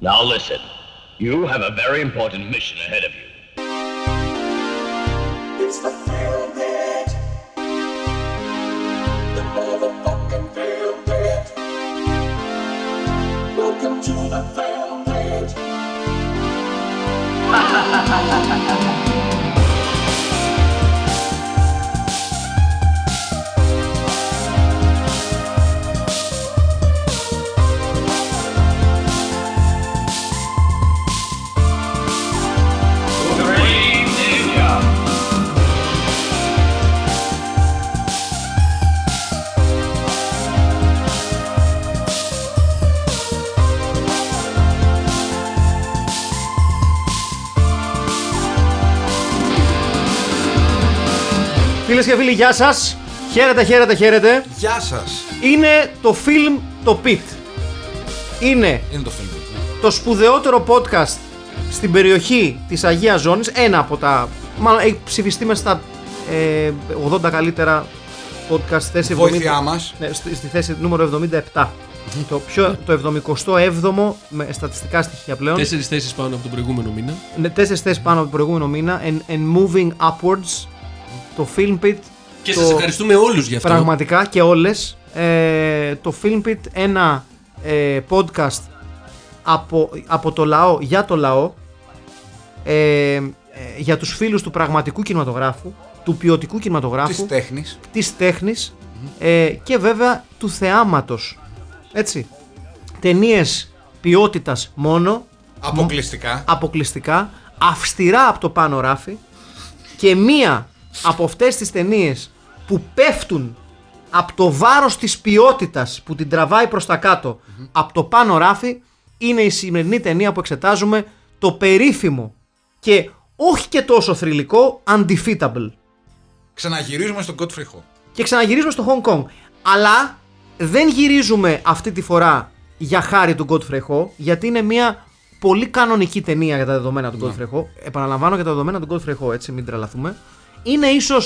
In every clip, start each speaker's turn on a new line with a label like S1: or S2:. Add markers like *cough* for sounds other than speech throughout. S1: Now listen, you have a very important mission ahead of you.
S2: It's the Feel Bit. The motherfucking Feel Bit. Welcome to the Feel Bit.
S3: Φίλες και φίλοι, γεια σας. Χαίρετε, χαίρετε, χαίρετε.
S4: Γεια σας!
S3: Είναι το film το Pit. Είναι
S4: Είναι το film.
S3: το σπουδαιότερο podcast στην περιοχή της Αγίας Ζώνης. Ένα από τα. Μάλλον έχει ψηφιστεί μέσα στα ε, 80 καλύτερα podcast στη θέση
S4: Βοήθειά
S3: 70
S4: μας.
S3: Ναι, στη, στη θέση νούμερο 77. το, πιο, το 77ο με στατιστικά στοιχεία πλέον.
S5: Τέσσερις θέσεις πάνω από τον προηγούμενο μήνα.
S3: Ναι, τέσσερις θέσεις πάνω από τον προηγούμενο μήνα. And, and moving upwards. Το film pit.
S5: Και
S3: το-
S5: σας ευχαριστούμε όλους για αυτό.
S3: Πραγματικά και όλες ε, Το Filmpit ένα ε, podcast από, από το λαό για το λαό ε, ε, για τους φίλους του πραγματικού κινηματογράφου του ποιοτικού
S4: Τη
S3: κινηματογράφου
S4: τέχνης.
S3: της τέχνης ε, και βέβαια του θεάματος έτσι ταινίες ποιότητας μόνο
S4: Αποκλειστικά.
S3: αποκλειστικά, αυστηρά από το πάνω ράφι και μία από αυτές τις ταινίες που πέφτουν από το βάρος της ποιότητας που την τραβάει προς τα κατω από το πάνω ράφι είναι η σημερινή ταινία που εξετάζουμε το περίφημο και όχι και τόσο θρηλυκό Undefeatable
S4: Ξαναγυρίζουμε στον Godfrey Ho.
S3: και ξαναγυρίζουμε στο Hong Kong. Αλλά δεν γυρίζουμε αυτή τη φορά για χάρη του Godfrey Ho, γιατί είναι μια πολύ κανονική ταινία για τα δεδομένα του Godfrey Ho. Επαναλαμβάνω για τα δεδομένα του Godfrey Ho, έτσι, μην τρελαθούμε. Είναι ίσως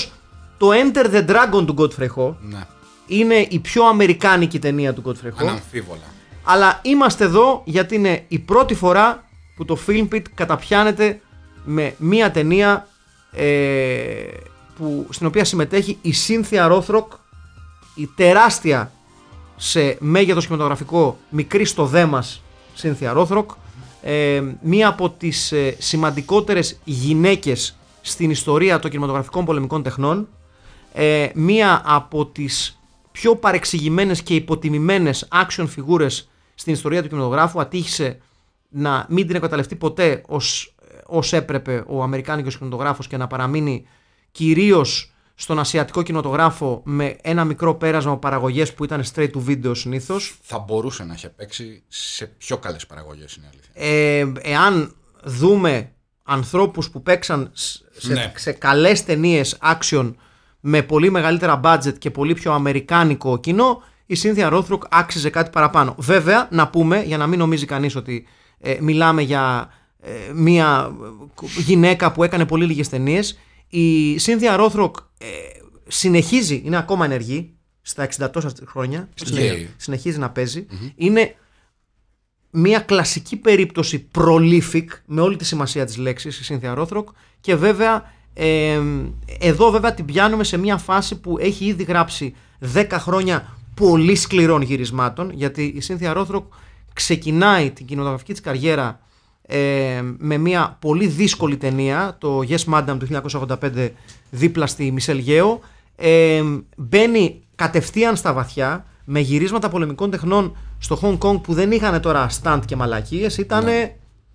S3: το Enter the Dragon του Godfrey Ho.
S4: Ναι.
S3: Είναι η πιο αμερικάνικη ταινία του Godfrey Ho.
S4: Αναμφίβολα.
S3: Αλλά είμαστε εδώ γιατί είναι η πρώτη φορά που το Filmpit καταπιάνεται με μία ταινία ε, που, στην οποία συμμετέχει η Σύνθια Ρόθροκ, η τεράστια σε μέγεθος κινηματογραφικό μικρή στο δέμας Σύνθια Ρόθροκ, ε, μία από τις ε, σημαντικότερες γυναίκες στην ιστορία των κινηματογραφικών πολεμικών τεχνών, ε, μία από τις πιο παρεξηγημένες και υποτιμημένες action φιγούρες στην ιστορία του κινηματογράφου ατύχησε να μην την εκμεταλλευτεί ποτέ ως, ε, ως έπρεπε ο Αμερικάνικος κινηματογράφος και να παραμείνει κυρίως στον ασιατικό κινηματογράφο με ένα μικρό πέρασμα από παραγωγές που ήταν straight to video συνήθως
S4: Θα μπορούσε να είχε παίξει σε πιο καλές παραγωγές, είναι αλήθεια.
S3: ε, εάν δούμε ανθρώπους που παίξαν σ- σε,
S4: Ναι.
S3: σε καλές ταινίες action με πολύ μεγαλύτερα budget και πολύ πιο αμερικάνικο κοινό, η Cynthia Rothrock άξιζε κάτι παραπάνω. Βέβαια, να πούμε, για να μην νομίζει κανείς ότι ε, μιλάμε για ε, μία ε, γυναίκα που έκανε πολύ λίγες ταινίες, η Cynthia Rothrock ε, συνεχίζει, είναι ακόμα ενεργή, στα 60 τόσα χρόνια, συνεχίζει, συνεχίζει να παιζει είναι μια κλασική περίπτωση prolific με όλη τη σημασία της λέξης η Cynthia Rothrock και βέβαια ε, εδώ βέβαια την πιάνουμε σε μια φάση που έχει ήδη γράψει 10 χρόνια πολύ σκληρών γυρισμάτων γιατί η Cynthia Rothrock ξεκινάει την κινηματογραφική της καριέρα ε, με μια πολύ δύσκολη ταινία το Yes Madam του 1985 δίπλα στη Μισελ Γέο ε, μπαίνει κατευθείαν στα βαθιά με γυρίσματα πολεμικών τεχνών στο Hong Kong που δεν είχαν τώρα στάντ και μαλακίες ήταν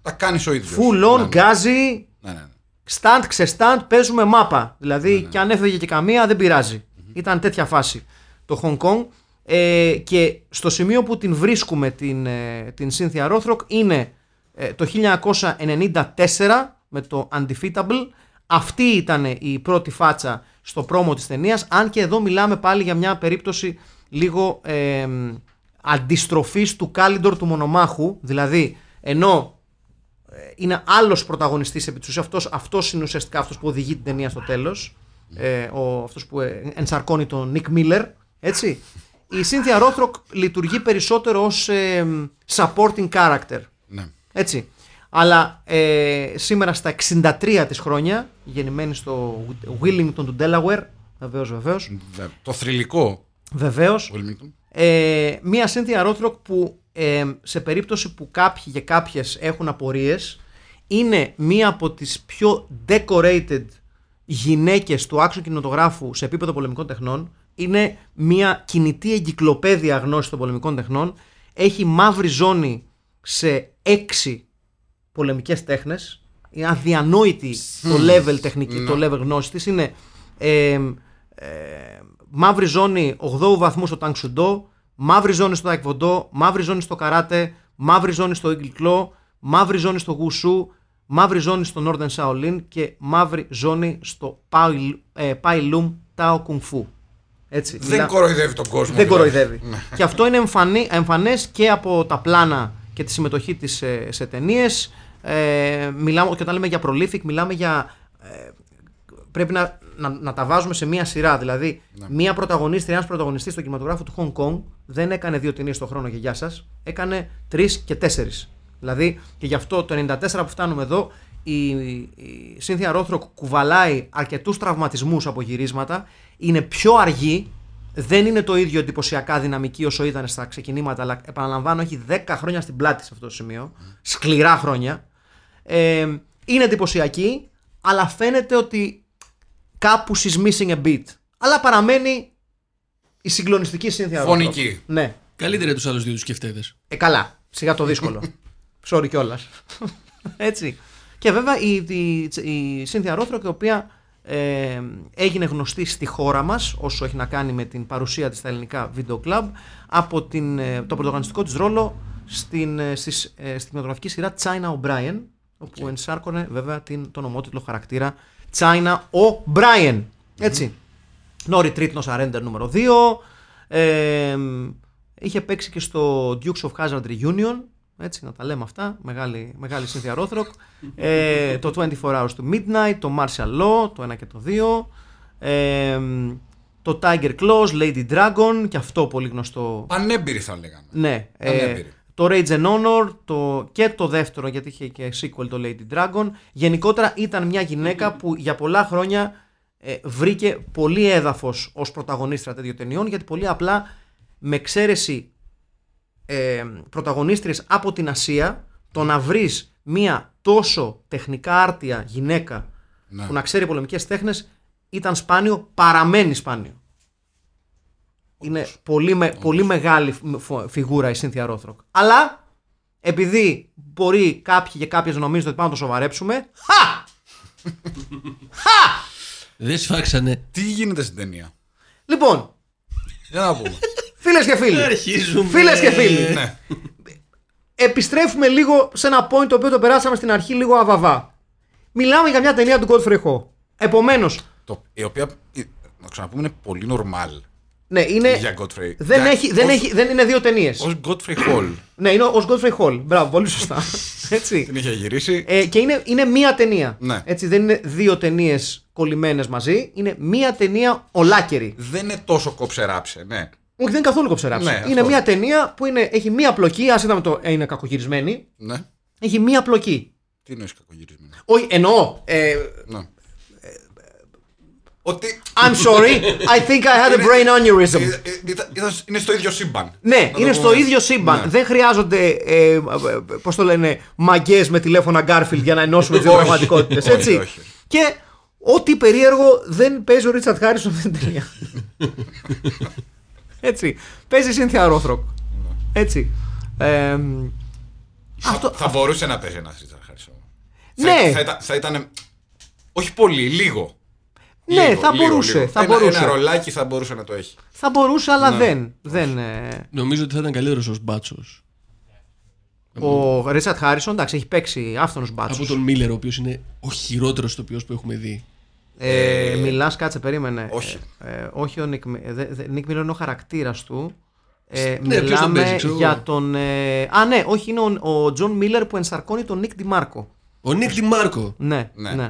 S4: Τα κάνεις ο ίδιος.
S3: full on, γκάζι,
S4: Ναι, ναι, ναι.
S3: στάντ ξεστάντ, παίζουμε μάπα. Δηλαδή και αν έφευγε και καμία δεν πειραζει Ήταν τέτοια φάση το Hong Kong. Ε, και στο σημείο που την βρίσκουμε την, ε, την Cynthia Rothrock είναι ε, το 1994 με το Undefeatable. Αυτή ήταν η πρώτη φάτσα στο πρόμο της ταινίας. Αν και εδώ μιλάμε πάλι για μια περίπτωση λίγο ε, αντιστροφής του κάλιντορ του μονομάχου. Δηλαδή ενώ είναι άλλος πρωταγωνιστής επί της ουσίας. Αυτός αυτός είναι ουσιαστικά αυτός που οδηγεί την ταινία στο τέλος. Ε, αυτός που ε, ενσαρκώνει τον Νικ Μίλλερ. Έτσι. Η Cynthia Rothrock λειτουργεί περισσότερο ως ε, supporting character.
S4: ναι.
S3: Έτσι. Αλλά ε, σήμερα στα 63 της χρόνια, γεννημένη στο Willington του Delaware, βεβαίως, βεβαίως,
S4: Δε- Ναι. Το θρηλυκό
S3: βεβαίως,
S4: Wilmington.
S3: ε, μία Cynthia Rothrock που ε, σε περίπτωση που κάποιοι και κάποιες έχουν απορίες είναι μία από τις πιο decorated γυναίκες του άξιου κινηματογράφου σε επίπεδο πολεμικών τεχνών είναι μία κινητή εγκυκλοπαίδεια γνώση των πολεμικών τεχνών έχει μαύρη ζώνη σε έξι πολεμικές τέχνες είναι αδιανόητη το level τεχνική, το level γνώσης της είναι ε, μαύρη ζώνη 8 βαθμού στο τάγκ σουντό, μαύρη ζώνη στο ταϊκβοντό, μαύρη ζώνη στο καράτε, μαύρη ζώνη στο ίγκλικλό, μαύρη ζώνη στο γουσού, μαύρη ζώνη στο Northern Shaolin και μαύρη ζώνη στο Pai- ε, Pai Lum Tao Kung Fu. Έτσι, μιλά-
S4: Δεν κοροϊδεύει τον κόσμο.
S3: δεν
S4: δηλαδή.
S3: κοροϊδεύει. και αυτό είναι εμφανή, εμφανές και από τα πλάνα και τη συμμετοχή της σε, σε ταινίες. Ε, μιλάμε, και όταν λέμε για prolific, μιλάμε για. ε, πρέπει να, να, να τα βάζουμε σε μία σειρά. Δηλαδή, μία πρωταγωνίστρια, ένας πρωταγωνιστής στον κινηματογράφο του Hong Kong δεν έκανε δύο ταινίες στον χρόνο και γεια σας. Έκανε τρεις και τέσσερις. Δηλαδή, και γι' αυτό το 94 που φτάνουμε εδώ, η, η Σύνθια Ρόθροκ κουβαλάει αρκετούς τραυματισμούς από γυρίσματα. Είναι πιο αργή δεν είναι το ίδιο εντυπωσιακά δυναμική όσο ήταν στα ξεκινήματα, αλλά επαναλαμβάνω, έχει 10 χρόνια στην πλάτη σε αυτό το σημείο. Σκληρά χρόνια. Ε, είναι εντυπωσιακή, αλλά φαίνεται ότι κάπου she's missing a beat. Αλλά παραμένει η συγκλονιστική σύνθια.
S4: Φωνική.
S3: Ρόθροκ. Ναι.
S5: Καλύτερα τους άλλους δύο τους σκεφτέδες.
S3: Ε, καλά. Σιγά το δύσκολο. Sorry κιόλας. *laughs* Έτσι. Και βέβαια η, η, η Σύνθια Ρόθροκ, η οποία ε, έγινε γνωστή στη χώρα μας, όσο έχει να κάνει με την παρουσία της στα ελληνικά βίντεο κλαμπ, από την, ε, το πρωτογανιστικό της ρόλο στην, ε, στις, ε, στην κινηματογραφική σειρά China O'Brien, όπου ενσάρκωνε βέβαια την, τον ομότιτλο χαρακτήρα China O'Brien. ετσι Νόρι Τρίτνος Αρέντερ νούμερο 2. Ε, είχε παίξει και στο Dukes of Hazzard Reunion. Έτσι, να τα λέμε αυτά. Μεγάλη, μεγάλη Cynthia Rothrock. ε, το 24 Hours to Midnight, το Martial Law, το 1 και το 2. Ε, το Tiger Claws, Lady Dragon και αυτό πολύ γνωστό.
S4: Πανέμπειρη θα λέγαμε.
S3: Ναι. Ε,
S4: Πανέμπειρη.
S3: το Rage and Honor το, και το δεύτερο γιατί είχε και sequel το Lady Dragon. Γενικότερα ήταν μια γυναίκα που για πολλά χρόνια ε, βρήκε πολύ έδαφος ως πρωταγωνίστρα τέτοιων ταινιών γιατί πολύ απλά με εξαίρεση ε, πρωταγωνίστριες από την Ασία το να βρεις μια τόσο τεχνικά άρτια γυναίκα
S4: Ναι.
S3: που να ξέρει πολεμικές τέχνες ήταν σπάνιο, παραμένει σπάνιο. Είναι πολύ, με, πολύ μεγάλη φ- φ- φιγούρα η Σύνθια Ρόθροκ. Αλλά επειδή μπορεί κάποιοι και κάποιες να νομίζουν ότι πάμε να το σοβαρέψουμε. Χα!
S5: Δεν σφάξανε.
S4: Τι γίνεται στην ταινία.
S3: Λοιπόν,
S4: Για να πούμε.
S3: φίλες και φίλοι.
S5: Αρχίζουμε.
S3: Φίλες και φίλοι.
S4: ναι.
S3: επιστρέφουμε λίγο σε ένα point το οποίο το περάσαμε στην αρχή λίγο αβαβά. Μιλάμε για μια ταινία του Godfrey Ho. Επομένως,
S4: Το, η οποία, η- να ξαναπούμε, είναι πολύ normal
S3: ναι, είναι.
S4: για Godfrey.
S3: Δεν,
S4: Για-
S3: έχει, δεν,
S4: ως-
S3: έχει, δεν είναι δύο ταινίες.
S4: Ως Godfrey Hall.
S3: Ναι, είναι ως Godfrey Hall. Μπράβο, πολύ
S4: *laughs*
S3: σωστά. Έτσι.
S4: Την είχε γυρίσει.
S3: Ε, και είναι, είναι μία ταινία.
S4: Ναι.
S3: Έτσι, δεν είναι δύο ταινίες κολλημένες μαζί. Είναι μία ταινία ολάκερη.
S4: Δεν είναι τόσο κόψε ράψε, ναι.
S3: Όχι, δεν είναι καθόλου κοψεράψη.
S4: Ναι,
S3: είναι
S4: αυτό.
S3: μία ταινία που είναι, έχει μία πλοκή. Ας είδαμε το. ε, είναι κακογυρισμένη.
S4: ναι.
S3: Έχει μία πλοκή.
S4: Τι εννοείς κακογυρισμένο.
S3: Όχι, εννοώ. ε,
S4: Ναι. Ότι
S3: I'm sorry, I think I had a brain aneurysm.
S4: Ε, ε, ήταν- ήταν- είναι στο ίδιο σύμπαν.
S3: Ναι,
S4: Να το
S3: είναι
S4: πούμε
S3: στο
S4: έτσι.
S3: ίδιο σύμπαν.
S4: Ναι.
S3: Δεν χρειάζονται, ε, ε, πώς το λένε, μαγκέ με τηλέφωνα Garfield για να ενώσουμε τις δύο
S4: Όχι.
S3: πραγματικότητες. Έτσι.
S4: Όχι, όχι.
S3: Και ό,τι περίεργο δεν παίζει ο Ρίτσαρτ Χάρισον στην ταινία.
S4: *laughs*
S3: έτσι. Παίζει η Σύνθια Ρόθροκ. Έτσι. Ε,
S4: Θα,
S3: αυτό-
S4: Ναι. θα μπορούσε να παίζει ένας Ρίτσαρ Χάρισον.
S3: Ναι.
S4: Θα, θα, ήταν- θα ήταν. Όχι πολύ, λίγο.
S3: ναι,
S4: Λίγο,
S3: θα
S4: λίγο,
S3: μπορούσε.
S4: λίγο.
S3: Θα
S4: ένα,
S3: μπορούσε.
S4: Ένα ρολάκι θα μπορούσε να το έχει.
S3: Θα μπορούσε, αλλά
S4: Ναι.
S3: δεν. δεν ε,
S5: Νομίζω ότι θα ήταν καλύτερος ως μπάτσος.
S4: Ναι.
S3: ο Ρίτσαρτ Χάρισον, εντάξει, έχει παίξει άφθονος μπάτσος.
S5: Από τον Μίλλερ, ο οποίος είναι ο χειρότερος ηθοποιό που έχουμε δει.
S3: Ε, Μιλάς, κάτσε, περίμενε.
S4: όχι.
S3: Ε, ε, όχι, ο Νικ Μι- ε, δε- δε- Νικ Μίλλερ είναι ο χαρακτήρας του. Ε,
S5: Ναι, ποιος τον
S3: μιλάμε
S5: παίζει, ξέρω
S3: για
S5: εγώ.
S3: τον. ε, α, ναι, όχι, είναι ο- ο Τζον Μίλλερ που ενσαρκώνει τον Νικ Ντιμάρκο.
S5: Ο Νίκ Μάρκο.
S3: Ναι, ναι.
S4: Ναι.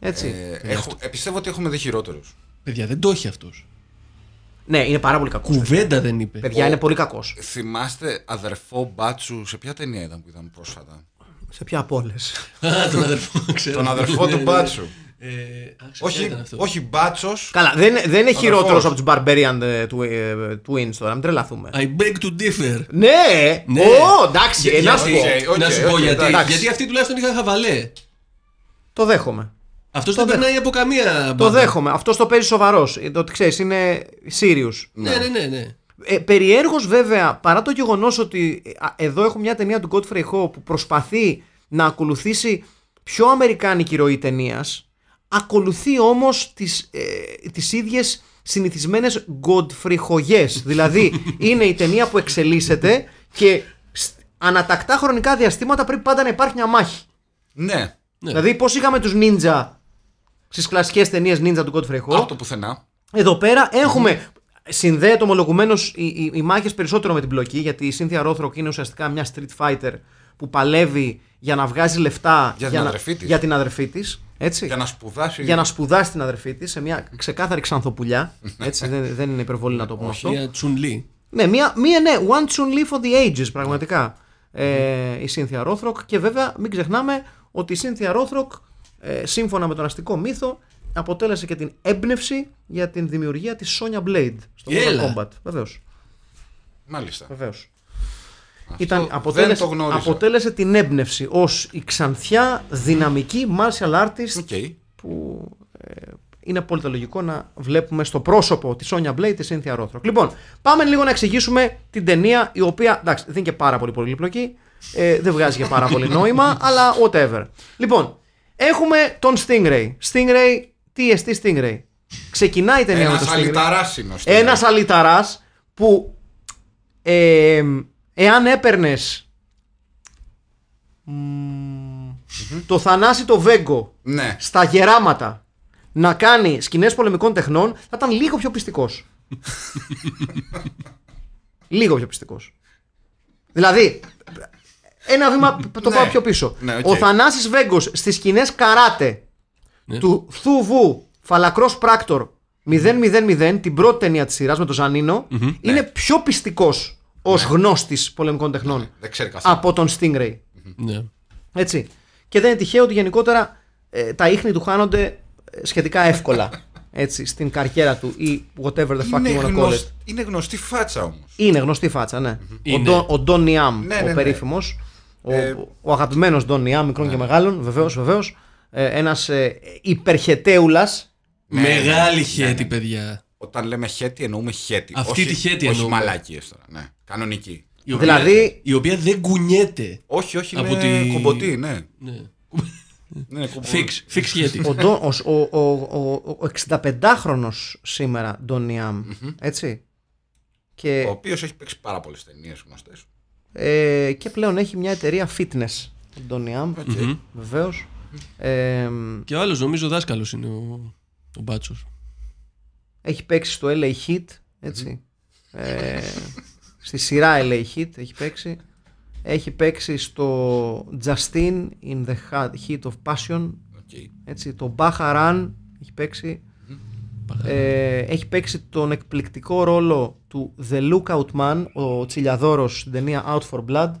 S3: Έτσι.
S4: Ε, έχω, ε, πιστεύω ότι έχουμε δει χειρότερους.
S5: Παιδιά, δεν το έχει αυτός.
S3: ναι, είναι πάρα πολύ κακός.
S5: Κουβέντα δεν είπε.
S3: Παιδιά,
S4: Ο-
S3: είναι πολύ κακός.
S4: Θυμάστε αδερφό μπάτσου σε ποια ταινία ήταν που ήταν πρόσφατα.
S3: Σε ποια από όλες.
S5: Α, τον αδερφό, ξέρω.
S4: Τον αδερφό
S5: Ναι,
S4: του
S5: ναι.
S3: *laughs*
S4: Μπάτσου.
S5: Ε, α, ξέρω, ποιο
S4: Όχι,
S5: ήταν αυτός.
S4: όχι μπάτσος,
S3: Καλά, δεν, δεν είναι χειρότερο
S4: Αδερφός.
S3: από τους Barbarian ε, Twi- ε, Twins τώρα, μην τρελαθούμε.
S5: I beg to differ.
S3: Ναι!
S5: Ε, Ναι.
S3: Ω, εντάξει,
S5: Για-
S3: ε, να
S5: για-
S3: σου
S5: οκ,
S3: πω.
S4: οκ,
S5: Να σου
S4: οκ,
S5: πω γιατί.
S4: εντάξει.
S5: Γιατί αυτοί τουλάχιστον είχαν χαβαλέ.
S3: Το δέχομαι.
S5: Αυτός δεν
S3: δέχομαι.
S5: περνάει από καμία.
S3: Το
S5: μπάντα.
S3: δέχομαι. Αυτός το παίζει σοβαρός. Το ότι ξέρεις, είναι serious.
S5: Ναι, ναι, ναι. ναι.
S3: Ε, Περιέργως βέβαια, παρά το γεγονός ότι ε, α, εδώ έχουμε μια ταινία του Godfrey Ho που προσπαθεί να ακολουθήσει πιο αμερικάνικη ροή ταινίας, ακολουθεί όμως τις ε, τις ίδιες συνηθισμένες Godfrey Ho-γιές. δηλαδή είναι η ταινία που εξελίσσεται και σ- ανατακτά χρονικά διαστήματα πρέπει πάντα να υπάρχει μια μάχη.
S4: Ναι.
S5: Ναι.
S3: Δηλαδή, πώς είχαμε τους Ninja στις κλασικές ταινίες Ninja του Godfrey Ho.
S4: Από το πουθενά.
S3: Εδώ πέρα έχουμε. Συνδέεται ομολογουμένως οι, οι, οι μάχες περισσότερο με την πλοκή, γιατί η Σύνθια Ρόθροκ είναι ουσιαστικά μια street fighter που παλεύει για να βγάζει λεφτά
S4: Για την
S3: να-
S4: αδερφή της.
S3: για την αδερφή της, Έτσι.
S4: Για να σπουδάσει.
S3: Για να σπουδάσει την αδερφή της σε μια ξεκάθαρη
S4: *laughs*
S3: ξανθοπουλιά. Έτσι, δεν, δεν είναι υπερβολή να το πούμε αυτό.
S5: Μια Τσουν Λί.
S3: Ναι, μία, μία ναι, one soon live for the ages, πραγματικά. Ε, η Cynthia Rothrock και βέβαια μην ξεχνάμε ότι η Cynthia Rothrock, ε, σύμφωνα με τον αστικό μύθο, αποτέλεσε και την έμπνευση για την δημιουργία της Sonya Blade στο Mortal
S5: Έλα.
S3: Kombat. Βεβαίως,
S4: Μάλιστα.
S3: βεβαίως. Ήταν,
S4: δεν
S3: αποτέλεσε,
S4: το γνώριζα.
S3: αποτέλεσε την έμπνευση ως η ξανθιά δυναμική martial artist
S4: Οκ.
S3: που ε, είναι απόλυτα λογικό να βλέπουμε στο πρόσωπο της Sonya Blade της Cynthia Rothrock. Λοιπόν, πάμε λίγο να εξηγήσουμε την ταινία η οποία εντάξει, δεν είναι και πάρα πολύ πολύπλοκη, ε, δεν βγάζει και πάρα πολύ
S4: *laughs*
S3: νόημα, αλλά whatever. Λοιπόν, έχουμε τον Stingray. Stingray, τι εστί Stingray. Ξεκινάει η ταινία με
S4: Ένας
S3: τον Stingray.
S4: αλυταράς είναι ο Στίβεν.
S3: Ένας αλυταράς που ε, εάν έπαιρνες. Το θανάσι το Βέγκο
S4: Ναι.
S3: στα γεράματα να κάνει σκηνές πολεμικών τεχνών θα ήταν λίγο πιο πιστικός.
S4: *laughs*
S3: λίγο πιο πιστικός. Δηλαδή, ένα
S4: *laughs*
S3: βήμα το πάω
S4: Ναι.
S3: πιο πίσω.
S4: Ναι, οκ.
S3: Ο Θανάσης Βέγκος στις σκηνές καράτε
S4: Ναι.
S5: Ναι.
S3: του Θουβού Φαλακρός Πράκτορ 000 την πρώτη ταινία της σειράς με τον Ζανίνο
S4: ναι.
S3: είναι πιο πιστικός ως γνώστης πολεμικών τεχνών
S4: Δεν ξέρει καθόλου.
S3: από τον Stingray.
S5: Ναι.
S3: Έτσι. Και δεν είναι τυχαίο ότι γενικότερα ε, τα ίχνη του χάνονται ε, σχετικά
S4: *laughs*
S3: εύκολα. Έτσι, στην καριέρα του ή whatever the fuck
S4: Είναι,
S3: you wanna call it.
S4: γνωσ- είναι γνωστή φάτσα όμως.
S3: Είναι γνωστή φάτσα, ναι. Ο
S5: Είναι.
S3: Ντο- Ο Ντόν Ιάμ,
S4: Ναι, Ε, ναι,
S3: ο
S4: ναι.
S3: περίφημος. Ο, ο αγαπημένος Ντόν Ιάμ, μικρών και μεγάλων, βεβαίω, βεβαίω. Ένας ε, υπερχετέουλας.
S5: Μεγάλη χέτη, παιδιά.
S4: Όταν λέμε χέτη, εννοούμε χέτη.
S5: Αυτή
S4: όχι,
S5: τη
S4: Όχι
S5: χέτη εννοούμε.
S4: μαλάκιες τώρα. Ναι. Κανονική.
S5: Η οποία-
S3: Δηλαδή-
S5: Η οποία δεν κουνιέται.
S4: Όχι, όχι.
S5: Από
S4: είναι
S5: τη-
S4: κομποτή, ναι.
S5: Ναι.
S4: ναι κομπο...
S5: Φίξ, φίξ χέτη.
S4: Ναι.
S3: Ο, Ντο- ο, ο, ο, ο, ο 65χρονο σήμερα Ντόν Ιάμ. Έτσι. Και,
S4: Ο οποίος έχει παίξει πάρα πολλές ταινίες γνωστές.
S3: ε, και πλέον έχει μια εταιρεία fitness. Ο Ντόν Ιάμ, βεβαίως. Ε,
S5: Και ο άλλος νομίζω δάσκαλος είναι ο, ο Μπάτσος.
S3: Έχει παίξει στο LA Heat, ετσι Ε, στη σειρά LA Heat έχει παίξει. Έχει παίξει στο Justin in the Ha- Heat of Passion, έτσι, το Baharan έχει παίξει. Ε, έχει παίξει τον εκπληκτικό ρόλο του The Lookout Man, ο Τσιλιαδόρος στην ταινία Out for Blood.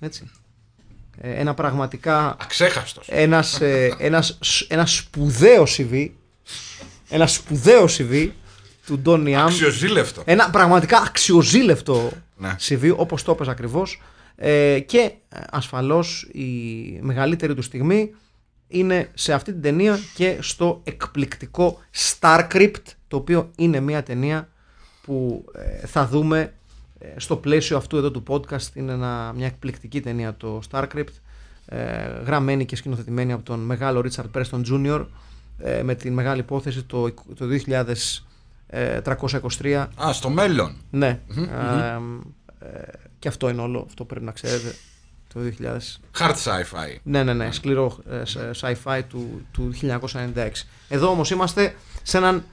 S3: Έτσι. Ε, ένα πραγματικά
S4: Αξέχαστος.
S3: ένας, ε, ένας, σ- ένας σπουδαίος CV ένας σπουδαίος CV του Ντόνι Αμ
S4: Αξιοζήλευτο.
S3: ένα πραγματικά αξιοζήλευτο
S4: Ναι.
S3: CV όπως το έπαιζε ακριβώς ε, και ε, ασφαλώς η μεγαλύτερη του στιγμή είναι σε αυτή την ταινία και στο εκπληκτικό Starcrypt το οποίο είναι μια ταινία που ε, θα δούμε ε, στο πλαίσιο αυτού εδώ του podcast είναι ένα, μια εκπληκτική ταινία το Starcrypt ε, γραμμένη και σκηνοθετημένη από τον μεγάλο Richard Preston Jr. ε, με την μεγάλη υπόθεση το, το ε, 2323
S4: Α, στο μέλλον.
S3: ναι. Ε, ε, και αυτό είναι όλο. Αυτό πρέπει να ξέρετε. Το 2000.
S4: Hard sci-fi.
S3: Ναι, ναι, ναι. Σκληρό ε, σε- sci-fi του, του 1996. Εδώ όμως είμαστε σε έναν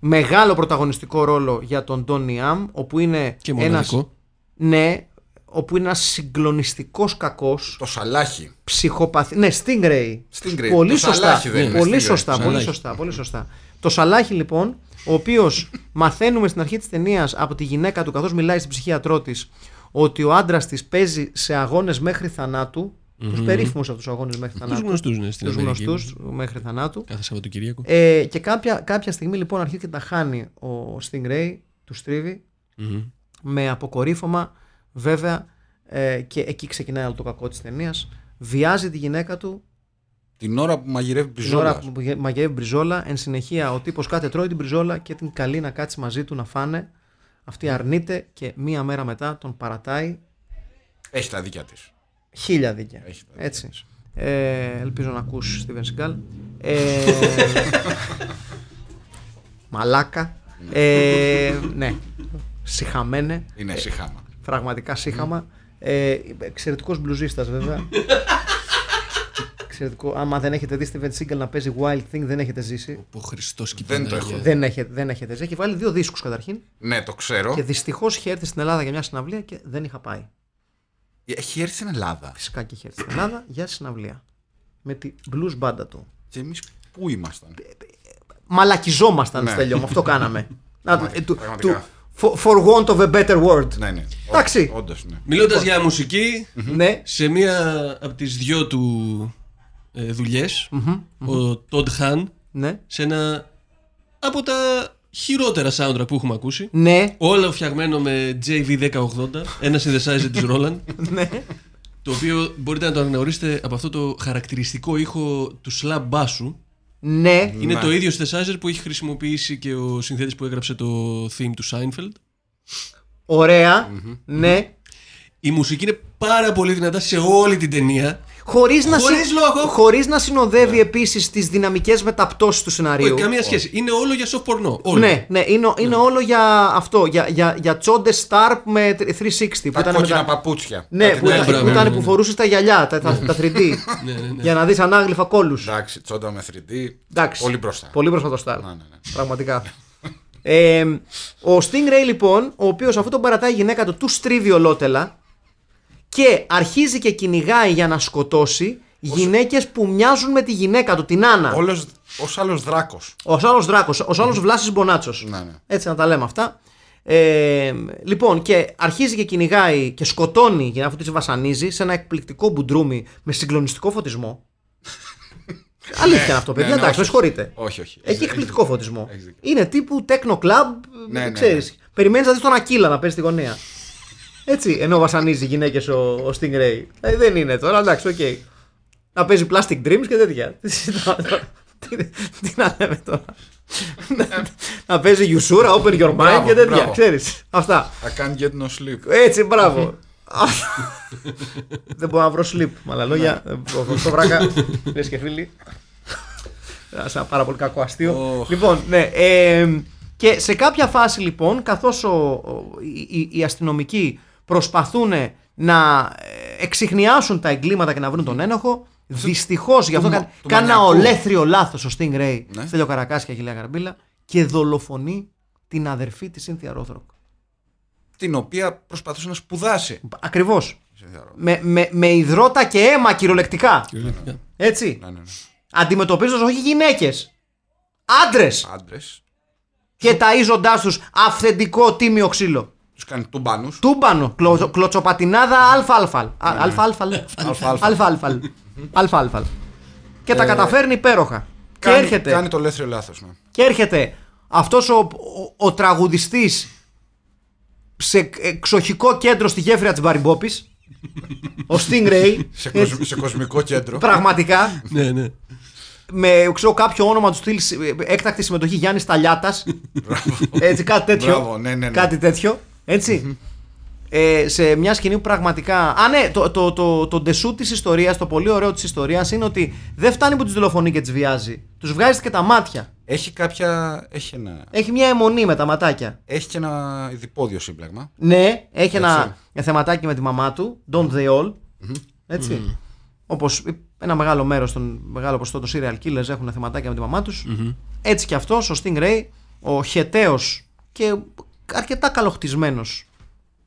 S3: μεγάλο πρωταγωνιστικό ρόλο για τον Τόνι Αμ, όπου είναι
S5: Και
S3: ένας...
S5: μοναδικό.
S3: Ναι, όπου είναι ένας συγκλονιστικός κακός,
S4: Το σαλάχι.
S3: ψυχοπαθή... Ναι, Stingray.
S4: Stingray.
S3: Πολύ
S4: Το
S3: σωστά.
S4: σαλάχι δεν είναι
S3: Πολύ
S4: Stingray.
S3: σωστά, πολύ
S5: Σαλάχι.
S3: σωστά, πολύ σωστά. Το Σαλάχι λοιπόν, ο οποίος μαθαίνουμε στην αρχή της ταινίας από τη γυναίκα του, καθώς μιλάει στην ψυχίατρό της, ότι ο άντρας της παίζει σε αγώνες μέχρι θανάτου Τους περίφημους αυτούς τους αγώνες μέχρι
S5: Τους
S3: θανάτου.
S5: γνωστούς ναι, στην
S3: Τους
S5: Αμερική.
S3: γνωστούς μέχρι θανάτου.
S5: Κάθε Σαββατοκύριακο.
S3: Ε, και κάποια, κάποια στιγμή λοιπόν αρχίζει και τα χάνει ο Stingray, του στρίβει,
S5: Μμμ.
S3: με αποκορύφωμα βέβαια ε, και εκεί ξεκινάει όλο το κακό της ταινίας. Βιάζει τη γυναίκα του
S4: Την ώρα που μαγειρεύει
S3: την ώρα
S4: μπριζόλα.
S3: που μαγε- μαγεύει μπριζόλα. Εν συνεχεία ο τύπος κάθε τρώει την μπριζόλα και την καλεί να κάτσει μαζί του να φάνε. Αυτή αρνείται και μία μέρα μετά τον παρατάει
S4: Έχει τα δίκια της.
S3: χίλια δίκαια.
S4: Έχει τα δίκαια
S3: Έτσι. Ε, ελπίζω να ακούσει Steven Seagal.
S4: *laughs*
S3: Ε, μαλάκα. Ε, ναι. Συχαμένε. Ε,
S4: Είναι συχάμα.
S3: Πραγματικά σύχαμα. Ε, εξαιρετικός μπλουζίστας βέβαια. Εξαιρετικό. Άμα δεν έχετε δει Steven Seagal να παίζει Wild Thing δεν έχετε ζήσει.
S5: Ο Χριστός και η
S4: Δεν το
S5: Παναγία.
S4: έχω
S3: Δεν έχετε, δεν έχετε ζήσει. Έχει βάλει δύο δίσκους καταρχήν
S4: Ναι, το ξέρω.
S3: και δυστυχώς είχε έρθει στην Ελλάδα για μια συναυλία και δεν είχα πάει.
S4: Ε, Έχει έρθει στην Ελλάδα.
S3: Φυσικά και είχε έρθει στην Ελλάδα για συναυλία. Με τη blues μπάντα του.
S4: Και εμείς πού ήμασταν.
S3: μαλακιζόμασταν
S4: Ναι.
S3: στο τελειώμα. Αυτό
S4: *laughs*
S3: κάναμε. Να, ε, του,
S4: πραγματικά.
S3: του- for, for want of a better word.
S4: Ναι, ναι.
S3: Εντάξει.
S4: Όντως, ναι.
S5: Μιλώντας για μουσική,
S3: Ναι.
S5: σε μία από τις δυο του ε, δουλειε ο Τόντ Χαν
S3: Ναι.
S5: σε ένα από τα χειρότερα soundtrack που έχουμε ακούσει.
S3: Ναι.
S5: Όλο φτιαγμένο με JV1080, ένα synthesizer της Roland,
S3: *laughs* ναι.
S5: το οποίο μπορείτε να το αναγνωρίσετε από αυτό το χαρακτηριστικό ήχο του slab μπάσου.
S3: Ναι.
S5: Είναι το ίδιο synthesizer που έχει χρησιμοποιήσει και ο συνθέτης που έγραψε το theme του Seinfeld.
S3: Ωραία. Ναι.
S5: Η μουσική είναι πάρα πολύ δυνατά σε όλη την ταινία.
S3: Χωρίς να,
S5: Χωρίς λόγο.
S3: χωρίς να συνοδεύει
S4: Ναι.
S3: επίσης τις δυναμικές μεταπτώσεις του σενάριου.
S5: Όχι, καμία σχέση. Είναι όλο για soft porno. Όλο.
S3: Ναι, ναι, είναι, είναι όλο για αυτό. Για, για, για τσόντε Starp με 360 που
S4: Τα
S3: ήταν
S4: κόκκινα
S3: μετά.
S4: παπούτσια.
S3: Ναι,
S4: Κάτι
S3: που,
S5: ναι,
S3: ήταν-
S5: μπράβο,
S3: που ήταν
S5: ναι, ναι.
S3: που φορούσες τα γυαλιά, τα, τα,
S4: Ναι.
S3: τα 3D. Για να δεις ανάγλυφα κόλου.
S5: Ναι.
S4: Εντάξει, τσόντα με 3D.
S3: Εντάξει.
S4: Πολύ μπροστά.
S3: Πολύ μπροστά το Σταρ.
S4: Ναι, ναι, ναι.
S3: Πραγματικά. ε, ο Stingray λοιπόν, ο οποίος αφού τον παρατάει η γυναίκα του, του στρίβει ολότελα και αρχίζει και κυνηγάει για να σκοτώσει γυναίκες που μοιάζουν με τη γυναίκα του, την Άννα.
S4: Όλος, ως άλλος δράκος.
S3: Ο Σάλλος Δράκος, ο Σάλλος Βλάσης Μπονάτσος.
S4: Ναι, ναι.
S3: Έτσι να τα λέμε αυτά. Ε, λοιπόν, και αρχίζει και κυνηγάει και σκοτώνει για αφού τη βασανίζει σε ένα εκπληκτικό μπουντρούμι με συγκλονιστικό
S4: *laughs*
S3: φωτισμό. Αλήθεια είναι αυτό,
S4: ναι,
S3: παιδιά.
S4: ναι,
S3: εντάξει,
S4: όχι.
S3: με συγχωρείτε.
S4: Όχι, όχι.
S3: Έχει εκπληκτικό φωτισμό.
S4: έχεις δίκιο.
S3: Είναι τύπου τέκνο κλαμπ,
S4: Ναι, ναι,
S3: ξέρεις.
S4: ναι.
S3: Περιμένεις να δεις τον Ακύλα να παίζει στη
S4: *laughs*
S3: γωνία. Έτσι, ενώ βασανίζει γυναίκες ο, ο Stingray. Δηλαδή δεν είναι τώρα, εντάξει, οκ. Να παίζει Plastic Dreams και τέτοια. Τι συζητάμε τώρα. Τι- Τι να λέμε τώρα. Να- Να παίζει Γιουσούρα, Open Your Mind
S4: Ε, Μπράβο,
S3: και τέτοια.
S4: μπράβο.
S3: Ξέρεις. Αυτά.
S4: I can't get no sleep.
S3: Έτσι, μπράβο. δεν μπορώ να βρω sleep. Με άλλα λόγια, δεν μπορώ να βρω στο βράκα. Λες και φίλοι. Σαν πάρα πολύ κακό αστείο. Λοιπόν, ναι. ε, και σε κάποια φάση λοιπόν, καθώς ο, ο- οι- οι, οι αστυνομικοί προσπαθούν να ε, εξηχνιάσουν τα εγκλήματα και να βρουν τον ένοχο, δυστυχώς γι' αυτό
S4: του
S3: κα-
S4: μα- του
S3: κάνει ένα
S4: μανιακού.
S3: ολέθριο λάθος ο Sting Ray,
S4: Ναι.
S3: Στέλιο Καρακάς και Αγγελία Γαρμπίλα και δολοφονεί την αδερφή της Cynthia Rothrock.
S4: Την οποία προσπαθούσε να σπουδάσει.
S3: Ακριβώς.
S4: Συγχαρώ.
S3: Με, με, με υδρότα και αίμα κυριολεκτικά.
S5: Κυριολεκτικά.
S3: Έτσι.
S4: Ναι, ναι, ναι.
S3: Αντιμετωπίζοντας όχι γυναίκες. Άντρες.
S4: Άντρες.
S3: Και ταΐζοντάς τους αυθεντικό τίμιο ξύλο.
S4: Τους κάνει τουμπάνους.
S3: Τούμπανο. κλω- Κλωτσοπατινάδα αλφα-αλφα. Α-
S4: Ναι.
S3: αλφα-αλφα.
S4: Αλφα-αλφα.
S3: Αλφα-αλφα. Αλφα-αλφα. Και τα καταφέρνει υπέροχα. Και
S4: Ε, Κάνει-
S3: έρχεται.
S4: Κάνει το ελεύθερο λάθος. Ναι.
S3: Και έρχεται αυτός ο, ο, ο τραγουδιστής σε εξοχικό κέντρο στη γέφυρα της Μπαριμπόπης. ο Stingray.
S4: Σε, κοσμ- σε κοσμικό κέντρο.
S3: πραγματικά.
S5: Ναι, ναι.
S3: με ξέρω, κάποιο όνομα του στυλ συ- έκτακτη συμμετοχή Γιάννης Ταλιάτας. έτσι, κάτι τέτοιο.
S4: Μπράβο, ναι, ναι, ναι.
S3: Κάτι τέτοιο. Έτσι. ε, σε μια σκηνή που πραγματικά. Α, ναι, το, το, το, το ντεσού της ιστορίας, το πολύ ωραίο της ιστορίας είναι ότι δεν φτάνει που τους δολοφονεί και τι βιάζει. Τους βγάζει και τα μάτια.
S4: Έχει κάποια... Έχει ένα...
S3: Έχει μια αιμονή με τα ματάκια.
S4: Έχει και ένα ειδιπόδιο σύμπλεγμα.
S3: Ναι, έχει ένα θεματάκι με τη μαμά του. Don't they all. Έτσι. Όπως ένα μεγάλο μέρος των μεγάλο ποσοστό των serial killers έχουν θεματάκια με τη μαμά τους. Έτσι κι αυτό, ο Stingray, ο χεταίος και αρκετά καλοχτισμένος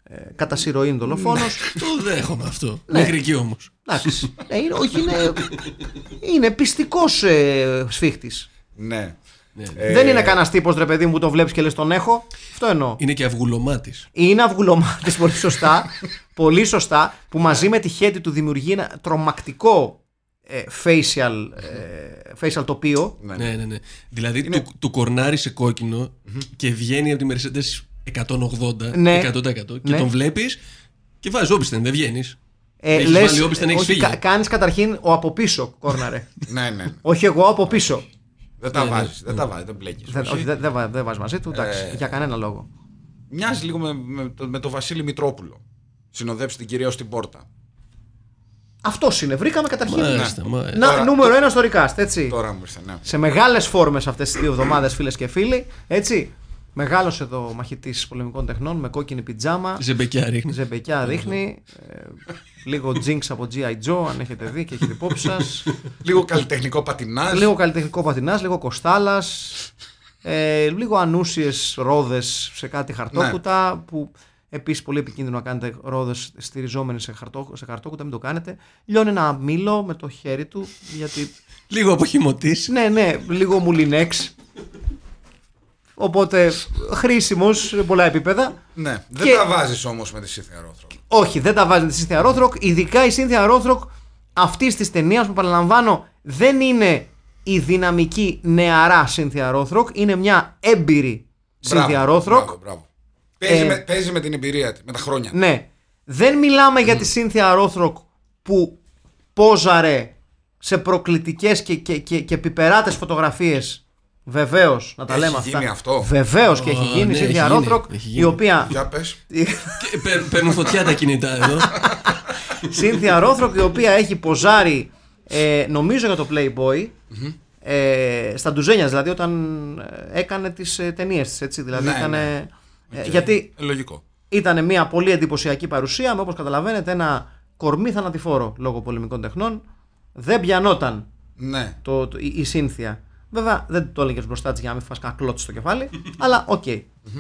S3: ε, κατά συρροήν δολοφόνο.
S5: Το δέχομαι αυτό.
S3: Ναι.
S5: Μέχρι εκεί όμως.
S3: Εντάξει. Ε, είναι, όχι, είναι, είναι πιστικός ε, σφίχτης.
S4: Ναι.
S3: Δεν είναι κανένας τύπος ρε παιδί μου που το βλέπεις και λες τον έχω. Αυτό εννοώ.
S5: Είναι και αυγουλωμάτης.
S3: Είναι αυγουλωμάτης πολύ σωστά. πολύ σωστά που μαζί με τη χέτη του δημιουργεί ένα τρομακτικό ε, facial, ε, facial τοπίο.
S4: Ναι.
S5: Ναι, ναι, ναι. Δηλαδή του, του κορνάρει σε κοκκινο και βγαίνει από τη Mercedes 180,
S3: Ναι.
S5: 100% και
S3: Ναι.
S5: τον βλέπεις και βάζεις όπισθεν, δεν βγαίνεις.
S3: Ε,
S5: Έχεις
S3: λες,
S5: βάλει όπισθεν, έχεις φύγει.
S3: Κάνεις καταρχήν ο από πίσω, κόρναρε.
S4: ναι, ναι.
S3: όχι εγώ, από
S5: *laughs*
S3: πίσω.
S4: Δεν τα
S5: ναι,
S4: βάζεις, δεν τα βάζεις, δεν μπλέκεις.
S3: Ε, Δεν όχι, δεν- δεν βα- δεν βάζεις μαζί του, εντάξει,
S5: Ε.
S3: για κανένα λόγο.
S4: Μοιάζει λίγο με, με, το- με τον Βασίλη Μητρόπουλο. Συνοδεύσει την κυρία ως την πόρτα.
S3: Αυτός είναι, βρήκαμε καταρχήν.
S5: Μάλιστα, μάλιστα.
S3: Να,
S4: Τώρα-
S3: νούμερο ένα στο recast, έτσι.
S4: Τώρα μου ήρθε, ναι.
S3: Σε μεγάλες φόρμες αυτές τις δύο εβδομάδες, φίλες και φίλοι. Έτσι. Μεγάλωσε εδώ ο μαχητής πολεμικών τεχνών με κόκκινη πιτζάμα.
S5: Ζεμπεκιά ρίχνει.
S3: Ζεμπεκιά δείχνει. ε, λίγο jinx από G.I. Joe, αν έχετε δει και έχετε υπόψη σας.
S4: Λίγο καλλιτεχνικό πατινάζ.
S3: λίγο καλλιτεχνικό πατινά, λίγο κοστάλα. Ε, λίγο ανούσιες ρόδες σε κάτι χαρτόκουτα που επίσης πολύ επικίνδυνο να κάνετε ρόδες στηριζόμενες σε, χαρτό, σε χαρτόκουτα, μην το κάνετε. Λιώνει ένα μήλο με το χέρι του, γιατί
S5: Λίγο αποχημωτή.
S3: ναι, ναι, λίγο μουλινέξ. Οπότε χρήσιμος σε πολλά επίπεδα.
S4: Ναι. Δεν
S3: Και-
S4: τα βάζεις όμως με τη Σύνθια Ρόθρο.
S3: Όχι, δεν τα βάζει με τη Σύνθια Ρόθροκ. Ειδικά η Σύνθια Ρόθροκ αυτής της ταινίας που παραλαμβάνω δεν είναι η δυναμική νεαρά Σύνθια Ρόθροκ. Είναι μια έμπειρη Σύνθια Ρόθροκ.
S4: Μπράβο, μπράβο. Παίζει,
S3: Ε,
S4: με, παίζει με την εμπειρία της, με τα χρόνια. της.
S3: Ναι. Δεν μιλάμε για τη Σύνθια Ρόθροκ που πόζαρε σε προκλητικές και, και, και, και πιπεράτες φωτογραφίες βεβαίως να τα
S4: Έχει
S3: λέμε αυτά.
S4: γίνει αυτό?
S3: Βεβαίως και
S5: Α,
S3: έχει γίνει
S5: ναι,
S3: η Σύνθια
S5: έχει γίνει,
S3: Ρόθροκ
S5: έχει γίνει.
S3: η οποία
S4: Για πες.
S3: *laughs*
S5: Και παίρν- Παίρνουν φωτιά τα κινητά εδώ.
S3: Σύνθια Ρόθροκ η οποία έχει ποζάρει ε, νομίζω για το Playboy ε, στα ντουζένιας δηλαδή όταν ε, έκανε τις ε, ταινίες της έτσι δηλαδή
S4: Ναι,
S3: έκανε,
S4: ναι.
S3: ε, γιατί
S4: Λογικό.
S3: ήταν μια πολύ εντυπωσιακή παρουσία με όπως καταλαβαίνετε ένα κορμί θανατηφόρο λόγω πολεμικών τεχνών δεν πιανόταν
S4: Ναι.
S3: το, το- η, η Σύνθια. Βέβαια δεν το έλεγες μπροστά της για να μην φας κανένα κλότσο στο κεφάλι, αλλά οκ.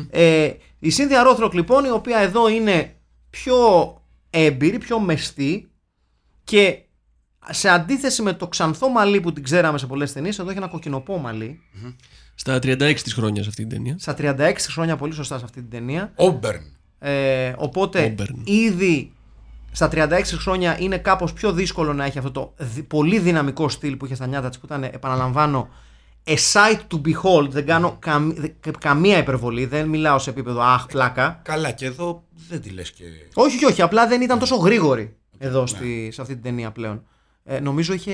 S3: Ε, η Σύνθια Ρόθροκ λοιπόν, η οποία εδώ είναι πιο έμπειρη, πιο μεστή και σε αντίθεση με το ξανθό μαλλί που την ξέραμε σε πολλές ταινίες, εδώ έχει ένα κοκκινοπό μαλλί.
S5: Στα 36 της χρόνια αυτή την ταινία.
S3: Στα 36 χρόνια πολύ σωστά σε αυτή την ταινία.
S4: Όμπερν.
S3: Ε, οπότε
S5: Auburn.
S3: ήδη στα 36 χρόνια είναι κάπως πιο δύσκολο να έχει αυτό το δι- πολύ δυναμικό στυλ που είχε στα νιάτα της που ήταν, επαναλαμβάνω, a sight to behold. Δεν κάνω καμ- δε- κα- καμία υπερβολή, δεν μιλάω σε επίπεδο αχ, πλάκα.
S4: Καλά, και εδώ δεν τη λες και.
S3: Όχι, όχι, όχι, απλά δεν ήταν τόσο γρήγορη εδώ στη, σε αυτή την ταινία πλέον. Ε, νομίζω είχε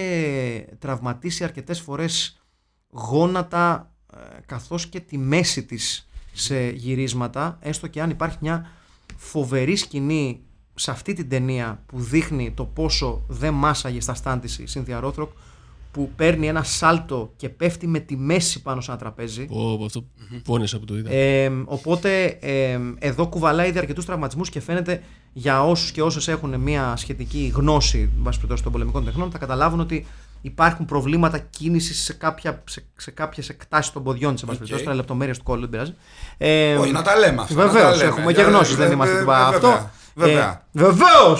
S3: τραυματίσει αρκετές φορές γόνατα ε, καθώς και τη μέση της σε γυρίσματα, έστω και αν υπάρχει μια φοβερή σκηνή σε αυτή την ταινία που δείχνει το πόσο δεν μάσαγε στα στάν της η Σύνθια Ρόθροκ που παίρνει ένα σάλτο και πέφτει με τη μέση πάνω σε ένα τραπέζι.
S5: Πω, πω, αυτό πόνεσα που το είδα.
S3: Ε, οπότε ε, εδώ κουβαλάει ήδη αρκετούς τραυματισμούς και φαίνεται για όσους και όσες έχουν μια σχετική γνώση εν πάση περιπτώσει, των πολεμικών τεχνών, θα καταλάβουν ότι υπάρχουν προβλήματα κίνησης σε, κάποια, σε, σε κάποιες εκτάσεις των ποδιών της.
S4: Οκ.
S3: Τώρα λεπτομέρειες του κόλλου δεν πειράζει. Ε,
S4: Όχι, να τα λέμε αυτά. να τα
S3: Βεβαίω,
S4: λέμε. Ε,
S3: έχουμε και
S4: Για-
S3: γνώσεις, δεν
S4: βε-
S3: είμαστε
S4: βε-
S3: τίποτα
S4: ε, βέβαια,
S3: αυτό. Ε,
S4: Βέβαια.
S3: Βεβαίω!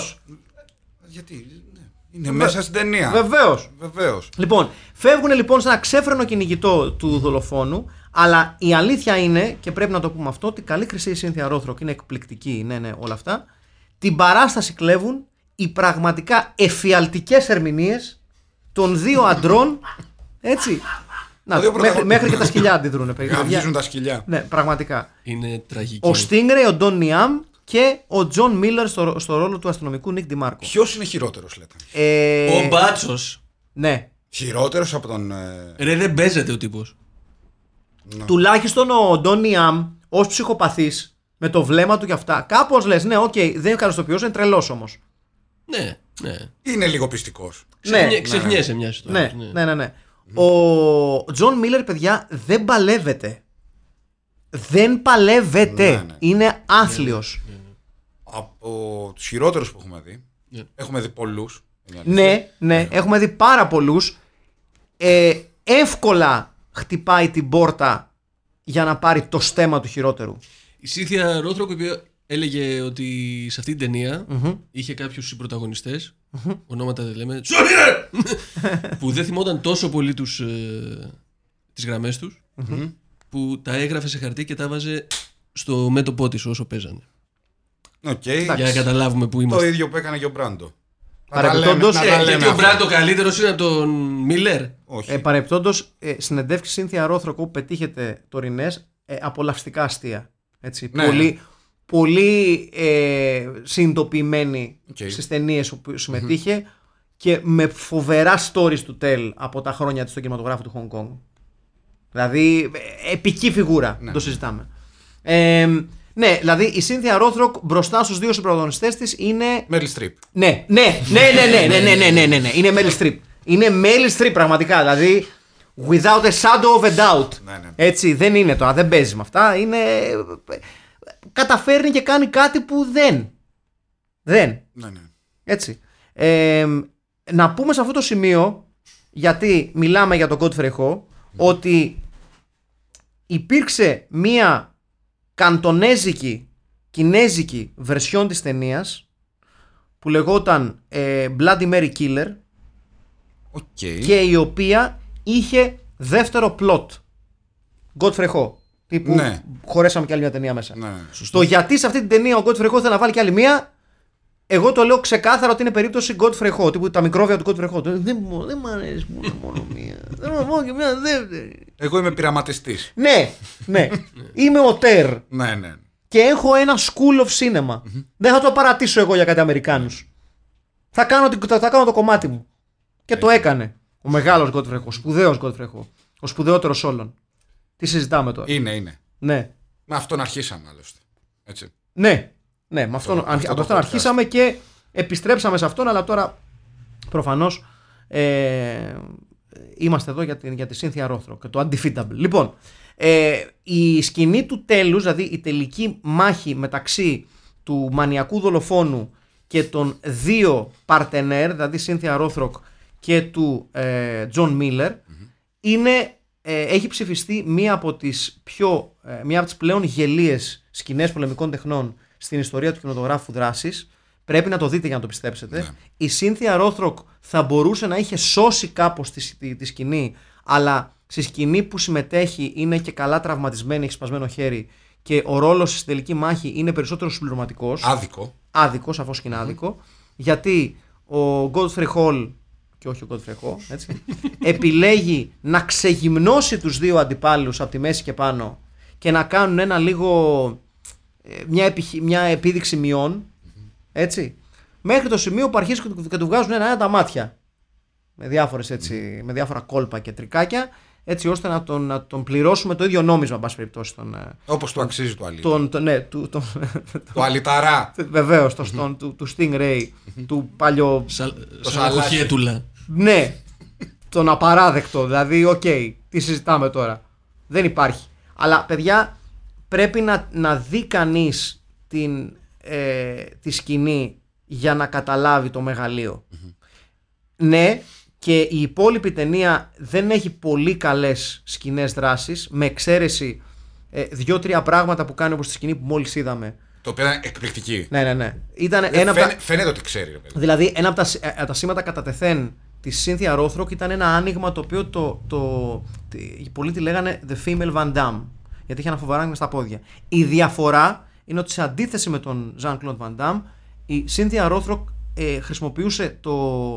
S4: Γιατί. ναι, Είναι μέσα στην ταινία.
S3: Βεβαίως!
S4: Βεβαίως.
S3: Λοιπόν, φεύγουν λοιπόν σε ένα ξέφρενο κυνηγητό του δολοφόνου, αλλά η αλήθεια είναι, και πρέπει να το πούμε αυτό, ότι καλή χρυσή η Σύνθια Ρόθροκ είναι εκπληκτική, ναι, ναι, όλα αυτά. Την παράσταση κλέβουν οι πραγματικά εφιαλτικές ερμηνείες των δύο αντρών, έτσι. Να,
S4: Τα
S3: μέχρι,
S4: δύο πρωταγωνιστές.
S3: μέχρι και τα σκυλιά αντιδρούνε, παιδιά.
S4: Γαμίζουν τα σκυλιά.
S3: Ναι, πραγματικά.
S5: Είναι τραγική.
S3: Ο Στίνγκρεϊ, ο Ντόν Νιάμ και ο Τζον Μίλλερ στο, ρο- στο ρόλο του αστυνομικού Νίκ Ντιμάρκο.
S4: Ποιος είναι χειρότερος, λέτε.
S3: Ε,
S5: Ο Μπάτσος.
S3: ναι,
S4: Χειρότερος από τον. ε,
S5: Ρε, δεν παίζεται ο τύπος.
S3: τουλάχιστον ο Ντόνι Αμ ως ψυχοπαθής με το βλέμμα του και αυτά, κάπως λες, ναι, οκ, δεν είναι καλωστοποιό, είναι τρελός όμως.
S5: Ναι, ναι.
S4: Είναι λίγο πιστικός.
S3: Ναι,
S5: Ξεχνιέ- Ξεχνιέσαι μια
S3: ναι,
S5: ιστορία.
S3: ναι, ναι, ναι, Ο Τζον Μίλλερ, παιδιά, δεν παλεύεται. Δεν παλεύεται.
S4: Ναι, ναι.
S3: Είναι άθλιο.
S4: Από τους χειρότερους που έχουμε δει.
S5: Ναι.
S4: Έχουμε δει πολλούς.
S3: Ναι, ναι, έχουμε δει πάρα πολλούς. Ε, εύκολα χτυπάει την πόρτα για να πάρει το στέμα του χειρότερου.
S5: Η Σύνθια Ρόθροκ η οποία έλεγε ότι σε αυτή την ταινια είχε κάποιους συμπροταγωνιστές. Ονόματα δεν λέμε. *laughs* Σωρία! που δεν θυμόταν τόσο πολύ τους, ε, τις γραμμές τους που τα έγραφε σε χαρτί και τα βάζε στο μέτωπό τη όσο παίζανε.
S4: Ναι, Οκ.
S5: Για να καταλάβουμε που
S4: Το
S5: είμαστε.
S4: ίδιο που έκανε και ο Μπράντο. Να τα λέμε.
S3: Παρεμπιπτόντως,
S4: να
S3: ε,
S4: τα
S5: Ε,
S4: λέμε
S5: γιατί ο
S4: αυτά.
S5: Μπράντο καλύτερος είναι από τον Μίλλερ.
S4: Όχι.
S3: Ε, Παρεπτόντω, ε, συνεντεύξεις Σύνθια Ρόθροκο που πετύχετε τωρινέ, ε, απολαυστικά αστεία. Έτσι,
S4: Ναι.
S3: Πολύ, πολύ ε, συνειδητοποιημένη
S4: Οκ.
S3: στις στι ταινίε που συμμετείχε και με φοβερά stories του tell από τα χρόνια της στον κινηματογράφο του Hong Kong. Δηλαδή, ε, επική φιγούρα,
S4: Ναι.
S3: το συζητάμε. Ε, ναι, δηλαδή η Σύνθια Ρόθροκ μπροστά στους δύο συμπραγωνιστές της είναι
S4: Μέρλι Στριπ.
S3: ναι, ναι, ναι, ναι, ναι, ναι, ναι, ναι, ναι, ναι, ναι. Είναι Meryl Streep. Είναι Meryl Streep πραγματικά, δηλαδή without a shadow of a doubt.
S4: Ναι, ναι.
S3: Έτσι, δεν είναι τώρα, δεν παίζει με αυτά. Είναι... Καταφέρνει και κάνει κάτι που δεν. Δεν.
S4: Ναι, ναι.
S3: Έτσι. Ε, να πούμε σε αυτό το σημείο, γιατί μιλάμε για τον Godfrey Ho, ότι υπήρξε μία καντονέζικη, κινέζικη βερσιόν της ταινίας που λεγόταν ε, Bloody Mary Killer
S4: Οκ.
S3: και η οποία είχε δεύτερο plot. Godfrey Ho. Τύπου
S4: Ναι.
S3: χωρέσαμε και άλλη μια ταινία μέσα.
S4: Ναι, ναι.
S3: Στο γιατί σε αυτή την ταινία ο Godfrey Ho θέλει να βάλει και άλλη μία, εγώ το λέω ξεκάθαρα ότι είναι περίπτωση Godfrey Ho. Τύπου τα μικρόβια του Godfrey Ho. Δεν, μου- δεν μ' αρέσει που είναι μόνο μία. Θέλω να βάλω και μία δεύτερη.
S4: Εγώ είμαι πειραματιστής.
S3: Ναι, ναι. Είμαι ο Τέρ
S4: Ναι, ναι.
S3: και έχω ένα school of cinema. Δεν θα το παρατήσω εγώ για κάτι Αμερικάνους. Θα κάνω, την- θα, θα κάνω το κομμάτι μου. Και το έκανε. Ο μεγάλος Godfrey Ho, ο σπουδαίος Godfrey Ho, ο σπουδαιότερος όλων. Τι συζητάμε τώρα.
S4: Είναι, είναι.
S3: Ναι.
S4: Με αυτόν αρχίσαμε άλλωστε. Έτσι.
S3: Ναι, ναι, με αυτόν,
S4: Αυτό το
S3: από αυτόν
S4: podcast.
S3: αρχίσαμε και επιστρέψαμε σε αυτόν, αλλά τώρα προφανώς ε, είμαστε εδώ για, την, για τη Σύνθια Ρόθρο και το Undefeatable. Λοιπόν, ε, η σκηνή του τέλους, δηλαδή η τελική μάχη μεταξύ του μανιακού δολοφόνου και των δύο παρτενέρ, δηλαδή Σύνθια Ρόθροκ και του ε, Τζον Μίλλερ, είναι, ε, έχει ψηφιστεί μία από τις, πιο, ε, μία από τις πλέον γελίες σκηνές πολεμικών τεχνών στην ιστορία του κινηματογράφου δράσης. Πρέπει να το δείτε για να το πιστέψετε.
S4: Ναι.
S3: Η Σύνθια Ρόθροκ θα μπορούσε να είχε σώσει κάπως τη, τη, τη σκηνή, αλλά στη σκηνή που συμμετέχει είναι και καλά τραυματισμένη, έχει σπασμένο χέρι και ο ρόλος στη τελική μάχη είναι περισσότερο συμπληρωματικός
S4: Άδικο.
S3: άδικο, σαφώς και είναι άδικο, γιατί ο Godfrey Hall και όχι ο Godfrey Ho, έτσι, επιλέγει να ξεγυμνώσει τους δύο αντιπάλους από τη μέση και πάνω και να κάνουν ένα λίγο ε, μια, επιχ- μια επίδειξη μειών, έτσι, μέχρι το σημείο που αρχίζουν και του- και του βγάζουν ένα-ένα τα μάτια με, διάφορες, έτσι, με διάφορα κόλπα και τρικάκια έτσι ώστε να τον, να τον πληρώσουμε το ίδιο νόμισμα, εν πάση περιπτώσει, τον, ε,
S4: Όπως του αξίζει το αλήτα.
S3: τον, τον, ναι, του- τον,
S4: Το αλυταρά.
S3: Βεβαίως, το στόν του, του Stingray, του παλιό.
S5: Σαν
S4: σαλάκι.
S5: κοχέτουλα.
S3: Ναι, τον απαράδεκτο. Δηλαδή, οκ, τι συζητάμε τώρα. Δεν υπάρχει. Αλλά παιδιά, πρέπει να, να δει κανείς ε, τη σκηνή για να καταλάβει το μεγαλείο. Ναι, και η υπόλοιπη ταινία δεν έχει πολύ καλές σκηνές δράσης, με εξαίρεση ε, δύο-τρία πράγματα που κάνει όπως τη σκηνή που μόλις είδαμε.
S4: Το οποίο ήταν εκπληκτική.
S3: Ναι, ναι, ναι. Ήταν
S4: Ε,
S3: ένα από τα...
S4: φαίνε- Φαίνεται ότι ξέρει. ρε παιδί.
S3: Δηλαδή, ένα από τα, σ- ε, τα σήματα κατά τεθέν της Cynthia Rothrock ήταν ένα άνοιγμα το οποίο το, το, τι- οι πολλοί τη λέγανε The Female Van Damme. Γιατί είχε ένα φοβερό άνοιγμα στα πόδια. Η διαφορά είναι ότι σε αντίθεση με τον Jean-Claude Van Damme, η Cynthia Rothrock ε, χρησιμοποιούσε το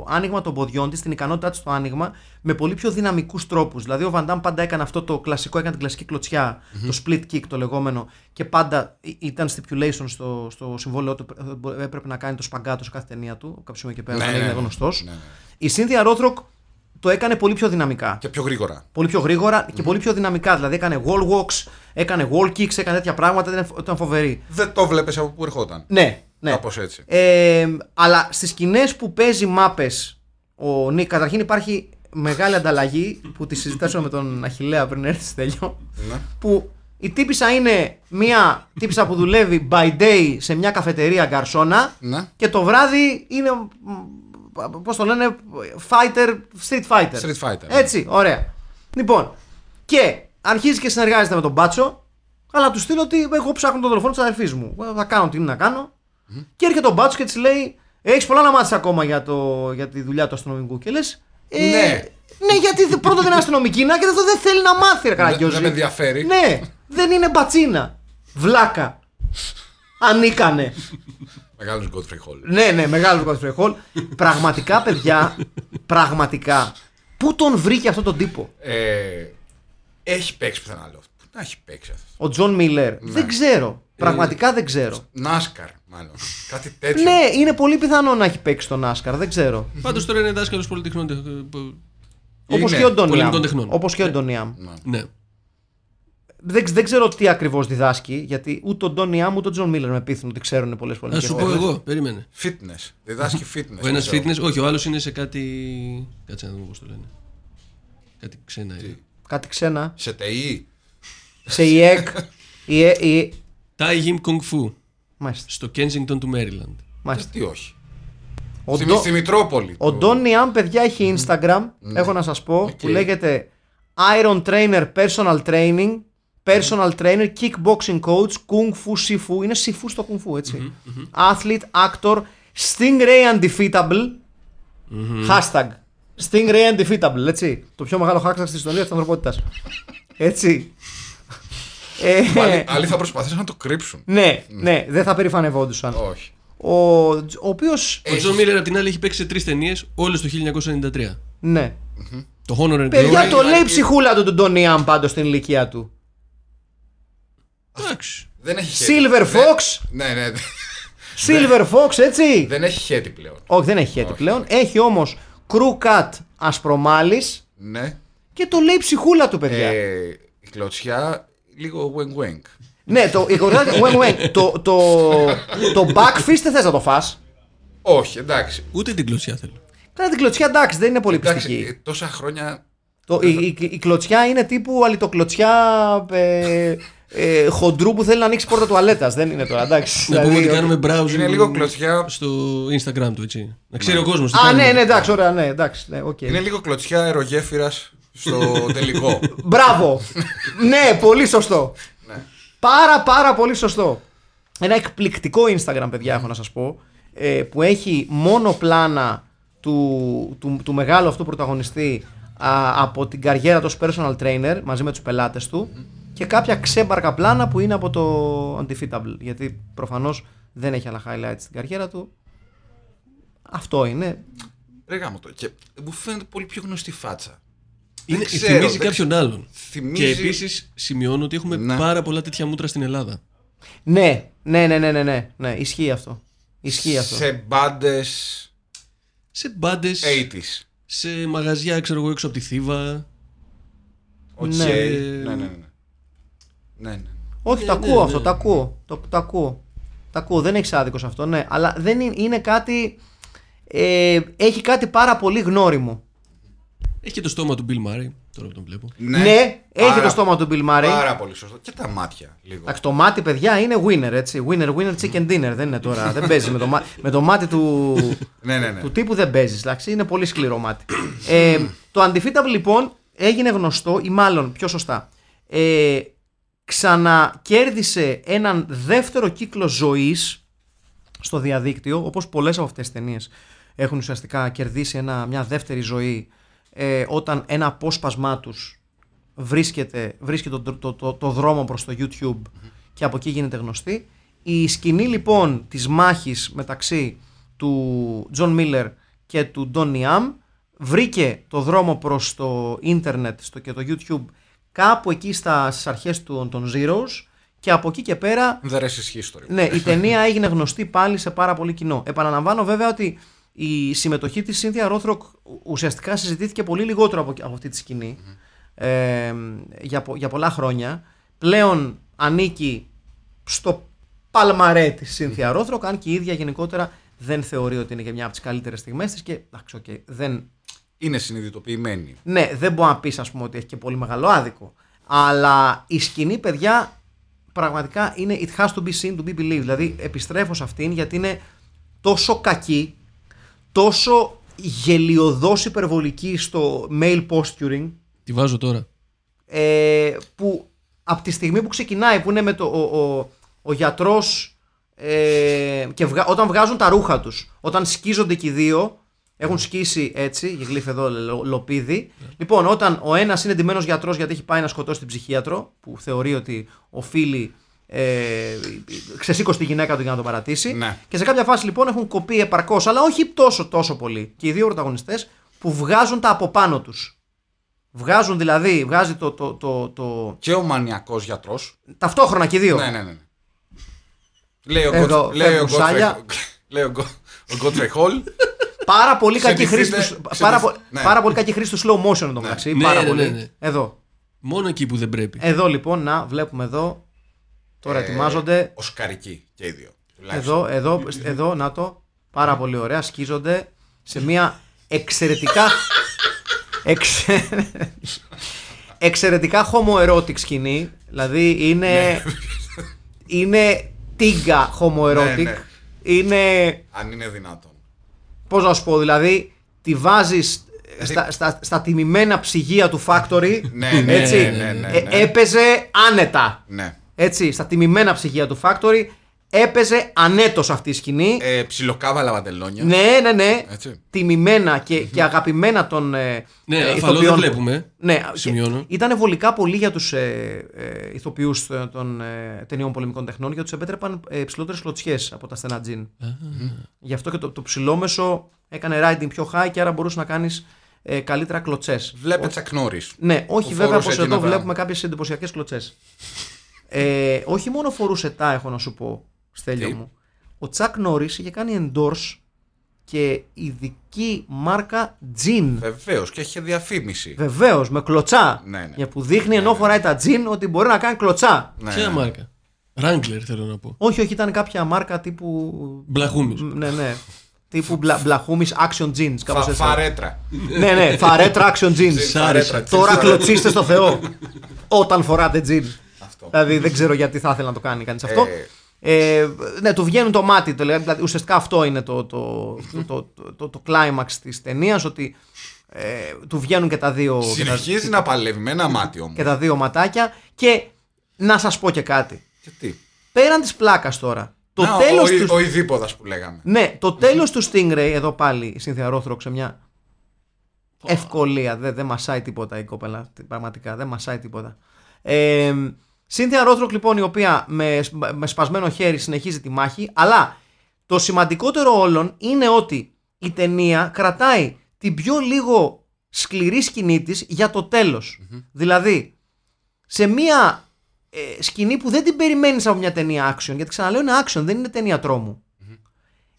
S3: άνοιγμα των ποδιών της, την ικανότητά της στο άνοιγμα, με πολύ πιο δυναμικούς τρόπους. Δηλαδή, ο Van Damme πάντα έκανε αυτό το κλασικό, έκανε την κλασική κλωτσιά, το split kick το λεγόμενο, και πάντα ή- ήταν stipulation στο, στο συμβόλαιό του. ε, μπο- Έπρεπε να κάνει το σπαγκάτο σε κάθε ταινία του, από κάποιο σημείο και πέρα,
S4: Ναι,
S3: ναι,
S4: ναι,
S3: είναι
S4: ναι.
S3: γνωστός.
S4: Ναι, ναι.
S3: Η Cynthia Rothrock το έκανε πολύ πιο δυναμικά.
S4: Και πιο γρήγορα.
S3: Πολύ πιο γρήγορα και πολύ πιο δυναμικά. Δηλαδή, έκανε wall walks, έκανε wall kicks, έκανε τέτοια πράγματα. Ήταν, φο- ήταν φοβερή.
S4: Δεν το βλέπεις από πού ερχόταν.
S3: Ναι, ναι.
S4: Κάπως έτσι.
S3: Ε, αλλά στις σκηνές που παίζει μάπες ο Νίκ, καταρχήν υπάρχει μεγάλη ανταλλαγή που τη συζητάσαμε με τον Αχηλέα πριν έρθει στο τέλειο.
S4: Ναι.
S3: Που η τύπησα είναι μια τύπησα που δουλεύει by day σε μια καφετερία γκαρσόνα
S4: Ναι.
S3: και το βράδυ είναι. Πώς το λένε, fighter, street fighter.
S4: Street fighter, ναι.
S3: Έτσι, ωραία. Λοιπόν, και αρχίζει και συνεργάζεται με τον Μπάτσο, αλλά του στείλω ότι εγώ ψάχνω τον δολοφόνο της αδερφής μου. Ε, Θα κάνω τι είναι να κάνω. Και έρχεται ο Μπάτσο και της λέει: Έχεις πολλά να μάθεις ακόμα για, το, για τη δουλειά του αστυνομικού. Και λες:
S4: Ναι.
S3: «Ε, Ναι, γιατί δε- πρώτον δεν είναι αστυνομική να και δεύτερον δεν θέλει να μάθει, ρε Καραγκιόζη.
S4: δεν με ενδιαφέρει.
S3: Ναι, δεν είναι μπατσίνα. Βλάκα. Ανίκανε.
S4: Μεγάλος Godfrey Hall.
S3: Ναι, ναι, μεγάλος του Godfrey Hall. Πραγματικά, παιδιά, πραγματικά. Πού τον βρήκε αυτόν τον τύπο,
S4: Ε, έχει παίξει πουθενά άλλο. Πού να έχει παίξει αυτός.
S3: ο Τζον Μίλλερ. Δεν ξέρω. Πραγματικά δεν ξέρω.
S4: Νάσκαρ, μάλλον. Κάτι τέτοιο.
S3: Ναι, είναι πολύ πιθανό να έχει παίξει τον Άσκαρ, δεν ξέρω.
S5: Πάντως τώρα είναι δάσκαλος πολυτεχνών. τε- ε, πο-
S3: Όπως
S4: Είναι
S3: και ο Ντονιάμ.
S5: πολεμικών τεχνών.
S3: Όπως και ο Ντονιάμ.
S5: Ναι.
S3: Δεν, δεν ξέρω τι ακριβώς διδάσκει, γιατί ούτε ο Ντονιάμ ούτε ο Τζον Μίλλερ με πείθουν ότι ξέρουν πολλές
S5: Θα
S3: πολεμικέ
S5: σου πω εγώ, περίμενε.
S4: Fitness. Διδάσκει fitness.
S5: Ο ένας
S4: ξέρω.
S5: fitness, όχι, ο άλλος είναι σε κάτι. Κάτσε να δούμε πώς το λένε. Κάτι ξένα. είναι.
S3: Κάτι ξένα.
S4: Σε ΤΕΙ.
S3: Σε ΙΕΚ. η Ε- η-
S5: Thai Gym Kung Fu
S3: Μάλιστα.
S5: στο Kensington του Maryland.
S3: μάλιστα.
S4: Τι όχι.
S3: Ο
S4: Στη,
S3: Ντο-
S4: στη Ναι. Μητρόπολη.
S3: Ο
S4: του-
S3: Ντόνι Αμ, παιδιά, έχει Instagram. Έχω να σας πω που λέγεται Iron Trainer Personal Training. Personal
S4: Ναι.
S3: Trainer, Kickboxing Coach, Kung Fu Sifu. Είναι Sifu στο Kung Fu, έτσι. Athlete, Actor, Stingray Undefeatable. Hashtag. Stingray Undefeatable, έτσι. Το πιο μεγάλο hashtag στην ιστορία της ανθρωπότητας. Έτσι. Ε,
S4: Πάλι, άλλοι θα προσπαθήσουν να το κρύψουν.
S3: ναι, ναι, δεν θα περηφανευόντουσαν.
S4: όχι.
S3: Ο, ο οποίος.
S4: Ε-
S5: Ο Τζον Μίλλερ απ' την άλλη έχει παίξει σε τρεις ταινίες, όλες το 1993.
S3: Ναι.
S5: Το Honor and
S3: Παιδιά,
S5: Glory.
S3: το λέει η ψυχούλα του τον Τόνι Αμ πάντως στην ηλικία του.
S5: Εντάξει.
S4: Δεν έχει χέρι.
S3: Silver
S4: Δεν-
S3: Fox,
S4: Ναι, ναι. δε-
S3: Silver Fox, έτσι.
S4: Δεν έχει χέρι πλέον.
S3: Όχι, δεν έχει χέτη
S4: Όχι.
S3: πλέον. Έχει όμως Crew Cut Ασπρομάλης
S4: Ναι.
S3: και το λέει η ψυχούλα του, παιδιά.
S4: Ε, η κλωτσιά λίγο weng weng.
S3: Ναι, το η κορυφαία- Weng Weng, το, το, το backfist δεν θες να το φας.
S4: Όχι, εντάξει.
S5: Ούτε την κλωσιά θέλω.
S3: Κάνε την κλωτσιά, εντάξει, δεν είναι πολύ
S4: Εντάξει, ε,
S3: πιστική.
S4: τόσα χρόνια.
S3: Το, η, η, η κλωτσιά είναι τύπου αλυτοκλωτσιά ε, ε, χοντρού που θέλει να ανοίξει πόρτα τουαλέτας. Δεν είναι τώρα, εντάξει.
S5: Να πούμε
S3: δηλαδή,
S5: ότι κάνουμε browsing.
S4: Είναι λίγο κλωτσιά.
S5: Στο Instagram του, έτσι. Να ξέρει ο κόσμος.
S3: Α, ναι, ναι, εντάξει, ωραία, ναι, εντάξει. Ναι, οκ.
S4: Είναι λίγο κλωτσιά αερογέφυρας στο τελικό.
S3: Μπράβο. ναι, πολύ σωστό. Πάρα πάρα πολύ σωστό. Ένα εκπληκτικό Instagram, παιδιά, έχω να σας πω, ε, που έχει μόνο πλάνα του, του, του μεγάλου αυτού πρωταγωνιστή α, από την καριέρα του ως personal trainer μαζί με τους πελάτες του και κάποια ξέμπαρκα πλάνα που είναι από το Undefeatable, γιατί προφανώς δεν έχει άλλα highlights στην καριέρα του. Αυτό είναι.
S4: Ρε γάμο το. Και μου φαίνεται πολύ πιο γνωστή φάτσα.
S5: Είναι,
S4: Δεν ξέρω,
S5: θυμίζει
S4: δεν
S5: κάποιον άλλον.
S4: Θυμίζει-
S5: Και επίσης σημειώνω ότι έχουμε
S4: Ναι.
S5: πάρα πολλά τέτοια μούτρα στην Ελλάδα.
S3: Ναι, ναι, ναι, ναι, ναι, ναι, ναι. ισχύει αυτό. Ισχύει αυτό.
S4: Σε μπάντες
S5: Σε μπάντες,
S4: 80s.
S5: σε μαγαζιά, ξέρω εγώ, έξω από τη Θήβα.
S4: Οκ.
S3: Ναι.
S4: Ναι, ναι, ναι. ναι. ναι, ναι.
S3: Όχι,
S5: Ναι,
S3: το
S5: ναι,
S3: ακούω
S5: ναι.
S3: αυτό, το ακούω. Το, το ακούω. Το ακούω, δεν έχεις άδικος σε αυτό, ναι. Αλλά δεν είναι, είναι κάτι. Ε, έχει κάτι πάρα πολύ γνώριμο.
S5: Έχει και το στόμα του Bill Murray, τώρα που τον βλέπω.
S3: Ναι, έχει
S4: Πάρα-
S3: το στόμα του Bill Murray.
S4: Πάρα πολύ σωστό. Και τα μάτια λίγο.
S3: Εντάξει, το μάτι, παιδιά, είναι winner, έτσι. Winner, winner, chicken dinner. Δεν είναι τώρα. δεν παίζει με το, μάτι, με το μάτι του,
S4: Ναι, ναι, ναι.
S3: του τύπου, δεν παίζει. Εντάξει, είναι πολύ σκληρό μάτι. ε, το Undefeatable, λοιπόν, έγινε γνωστό, ή μάλλον πιο σωστά. Ε, ξανακέρδισε έναν δεύτερο κύκλο ζωής στο διαδίκτυο, όπως πολλές από αυτές τις ταινίες έχουν ουσιαστικά κερδίσει ένα, μια δεύτερη ζωή ε, όταν ένα απόσπασμά τους βρίσκεται, βρίσκεται το, το, το, το δρόμο προς το YouTube και από εκεί γίνεται γνωστή. Η σκηνή λοιπόν της μάχης μεταξύ του Τζον Μίλλερ και του Ντόνι Αμ βρήκε το δρόμο προς το ίντερνετ στο και το YouTube κάπου εκεί στα, στις αρχές του, των Zeros και από εκεί και πέρα
S4: The rest is history.
S3: ναι, η ταινία έγινε γνωστή πάλι σε πάρα πολύ κοινό. Επαναλαμβάνω βέβαια ότι η συμμετοχή της Σύνθια Ρόθροκ ουσιαστικά συζητήθηκε πολύ λιγότερο από, από αυτή τη σκηνη ε, για, πο- για πολλά χρόνια. Πλέον ανήκει στο παλμαρέ της Σύνθια Ρόθροκ, αν και η ίδια γενικότερα δεν θεωρεί ότι είναι και μια από τις καλύτερες στιγμές της και εντάξει, οκ, δεν
S4: Είναι συνειδητοποιημένη.
S3: ναι, δεν μπορώ να πεις, ας πούμε, ότι έχει και πολύ μεγάλο άδικο. Αλλά η σκηνή, παιδιά, πραγματικά είναι it has to be seen to be believed. Δηλαδή, επιστρέφω σε αυτήν γιατί είναι τόσο κακή, τόσο γελιοδός υπερβολική στο male posturing,
S5: Τη βάζω τώρα.
S3: ε, που από τη στιγμή που ξεκινάει, που είναι με το, ο, ο, ο γιατρός ε, και βγα- όταν βγάζουν τα ρούχα τους, όταν σκίζονται και οι δύο, Έχουν σκίσει έτσι, γλύφε εδώ λο- λοπίδι. Λοιπόν, όταν ο ένας είναι εντυμένο γιατρός γιατί έχει πάει να σκοτώσει την ψυχίατρο, που θεωρεί ότι οφείλει. Ε, ξεσήκωσε τη γυναίκα του για να τον παρατήσει.
S4: Ναι.
S3: Και σε κάποια φάση λοιπόν έχουν κοπεί επαρκώς, αλλά όχι τόσο τόσο πολύ. Και οι δύο πρωταγωνιστές που βγάζουν τα από πάνω τους. Βγάζουν δηλαδή, βγάζει το, το, το, το-
S4: Και ο μανιακός γιατρός.
S3: Ταυτόχρονα και οι δύο.
S4: Ναι, ναι, ναι. Λέει ο
S3: Εδώ,
S4: Γκοτ- λέει ο
S3: φεύγουν σάλια.
S4: Godfrey- *laughs* λέει ο Γκο- ο Godfrey Hall.
S3: Πάρα πολύ κακή
S4: Ξεντυθείτε,
S3: χρήση του,
S4: ξεντυθ-
S3: πάρα, πο-
S4: ναι.
S3: πάρα πολύ κακή χρήση του slow motion εδώ μεταξύ.
S5: Ναι,
S3: πάρα
S5: ναι,
S3: πολύ.
S5: ναι, ναι.
S3: Εδώ.
S5: Μόνο εκεί που δεν πρέπει.
S3: Εδώ λοιπόν, να βλέπουμε εδώ. Τώρα
S4: Ε,
S3: ετοιμάζονται.
S4: Ο Σκαρική και οι δύο. τουλάχιστον.
S3: Εδώ, εδώ, εδώ, να το. Πάρα πολύ ωραία. Σκίζονται σε μια εξαιρετικά. εξε- εξαιρετικά χομοερώτικ σκηνή. Δηλαδή είναι.
S4: Ναι.
S3: είναι τίγκα χομοερώτικ.
S4: Ναι, ναι.
S3: Είναι.
S4: Αν είναι δυνατόν.
S3: Πώς να σου πω, δηλαδή, τη βάζεις στα, στα, στα τιμημένα ψυγεία του Factory.
S4: Δηλαδή- *laughs* Ναι, ναι, ναι,
S3: έτσι,
S4: ναι, ναι, ναι.
S3: Ε, έπαιζε άνετα.
S4: Ναι.
S3: Έτσι, στα τιμημένα ψυγεία του Factory έπαιζε ανέτος αυτή η σκηνή.
S4: Ε, ψιλοκάβαλα βαντελόνια.
S3: ναι, ναι, ναι.
S4: Έτσι.
S3: Τιμημένα και, και αγαπημένα των ε,
S5: Ναι,
S3: ε,
S5: αφαλό
S3: ηθοποιών
S5: δεν
S3: του.
S5: βλέπουμε.
S3: Ναι,
S5: Σημειώνω.
S3: ήταν βολικά πολύ για τους ε, ε, ηθοποιούς ε, των ε, ταινιών πολεμικών τεχνών γιατί τους επέτρεπαν ε, ψηλότερες κλωτσιές από τα στενά τζιν.
S5: ναι.
S3: Γι' αυτό και το, το ψηλόμεσο έκανε riding πιο high και άρα μπορούσε να κάνεις ε, καλύτερα κλωτσές.
S4: Βλέπε τσακνόρι.
S3: Ναι, όχι
S4: Που
S3: βέβαια
S4: φορούσε
S3: πως
S4: εκείνα
S3: εδώ
S4: τα-
S3: βλέπουμε κάποιες εντυπωσιακές κλωτσές. ε, όχι μόνο φορούσε τα έχω να σου πω, Στέλιο
S4: Τι?
S3: μου. Ο Τσακ Νόρις είχε κάνει endorse και ειδική μάρκα τζιν.
S4: Βεβαίως και είχε διαφήμιση.
S3: Βεβαίως, με κλωτσά.
S4: Ναι, ναι.
S3: Για που δείχνει ενώ χωράει τα τζιν ότι μπορεί να κάνει κλωτσά.
S4: Ναι,
S5: Ποια
S4: ναι.
S5: μάρκα. Ράγκλερ θέλω να πω.
S3: Όχι, όχι, ήταν κάποια μάρκα τύπου.
S5: Μπλαχούμι.
S3: Ναι, ναι. τύπου μπλα, μπλαχούμις action jeans.
S4: Φα-
S3: Κάπως έτσι.
S4: Φαρέτρα.
S3: ναι, ναι, φαρέτρα
S4: *laughs*
S3: action
S4: Τζιν,
S3: jeans.
S4: φαρέτρα, τζιν,
S3: Τώρα
S4: φαρέτρα.
S3: κλωτσίστε στο
S4: *laughs*
S3: Θεό. Όταν φοράτε τζιν.
S4: Αυτό.
S3: Δηλαδή δεν ξέρω γιατί θα ήθελε να το κάνει κανείς αυτό.
S4: Ε.
S3: Ε, ναι, του βγαίνουν το μάτι. Το, λέει, δηλαδή, ουσιαστικά αυτό είναι το, το, το, το, το, το, το κλάιμαξ της ταινίας. Ότι ε, του βγαίνουν και τα δύο. και τα-
S4: Συνεχίζει να παλεύει με ένα μάτι όμως.
S3: και τα δύο ματάκια. Και να σας πω και κάτι.
S4: Και τι.
S3: Πέραν της πλάκας τώρα. Το
S4: Να, ο-
S3: τέλος
S4: ο-
S3: του...
S4: Ο Ιδίποδας που λέγαμε.
S3: Ναι, το τέλος του Stingray, εδώ πάλι η Σύνθια Ρόθρο σε μια ευκολία. Δεν δεν μασάει τίποτα η κόπελα. Τι- Πραγματικά δεν μασάει τίποτα. Ε, Σύνθια Ρόθροκ λοιπόν η οποία με, σπα- με σπασμένο χέρι συνεχίζει τη μάχη αλλά το σημαντικότερο όλων είναι ότι η ταινία κρατάει την πιο λίγο σκληρή σκηνή της για το τελος Δηλαδή σε μια ε, σκηνή που δεν την περιμένεις από μια ταινία action γιατί ξαναλέω είναι action δεν είναι ταινία τρόμου.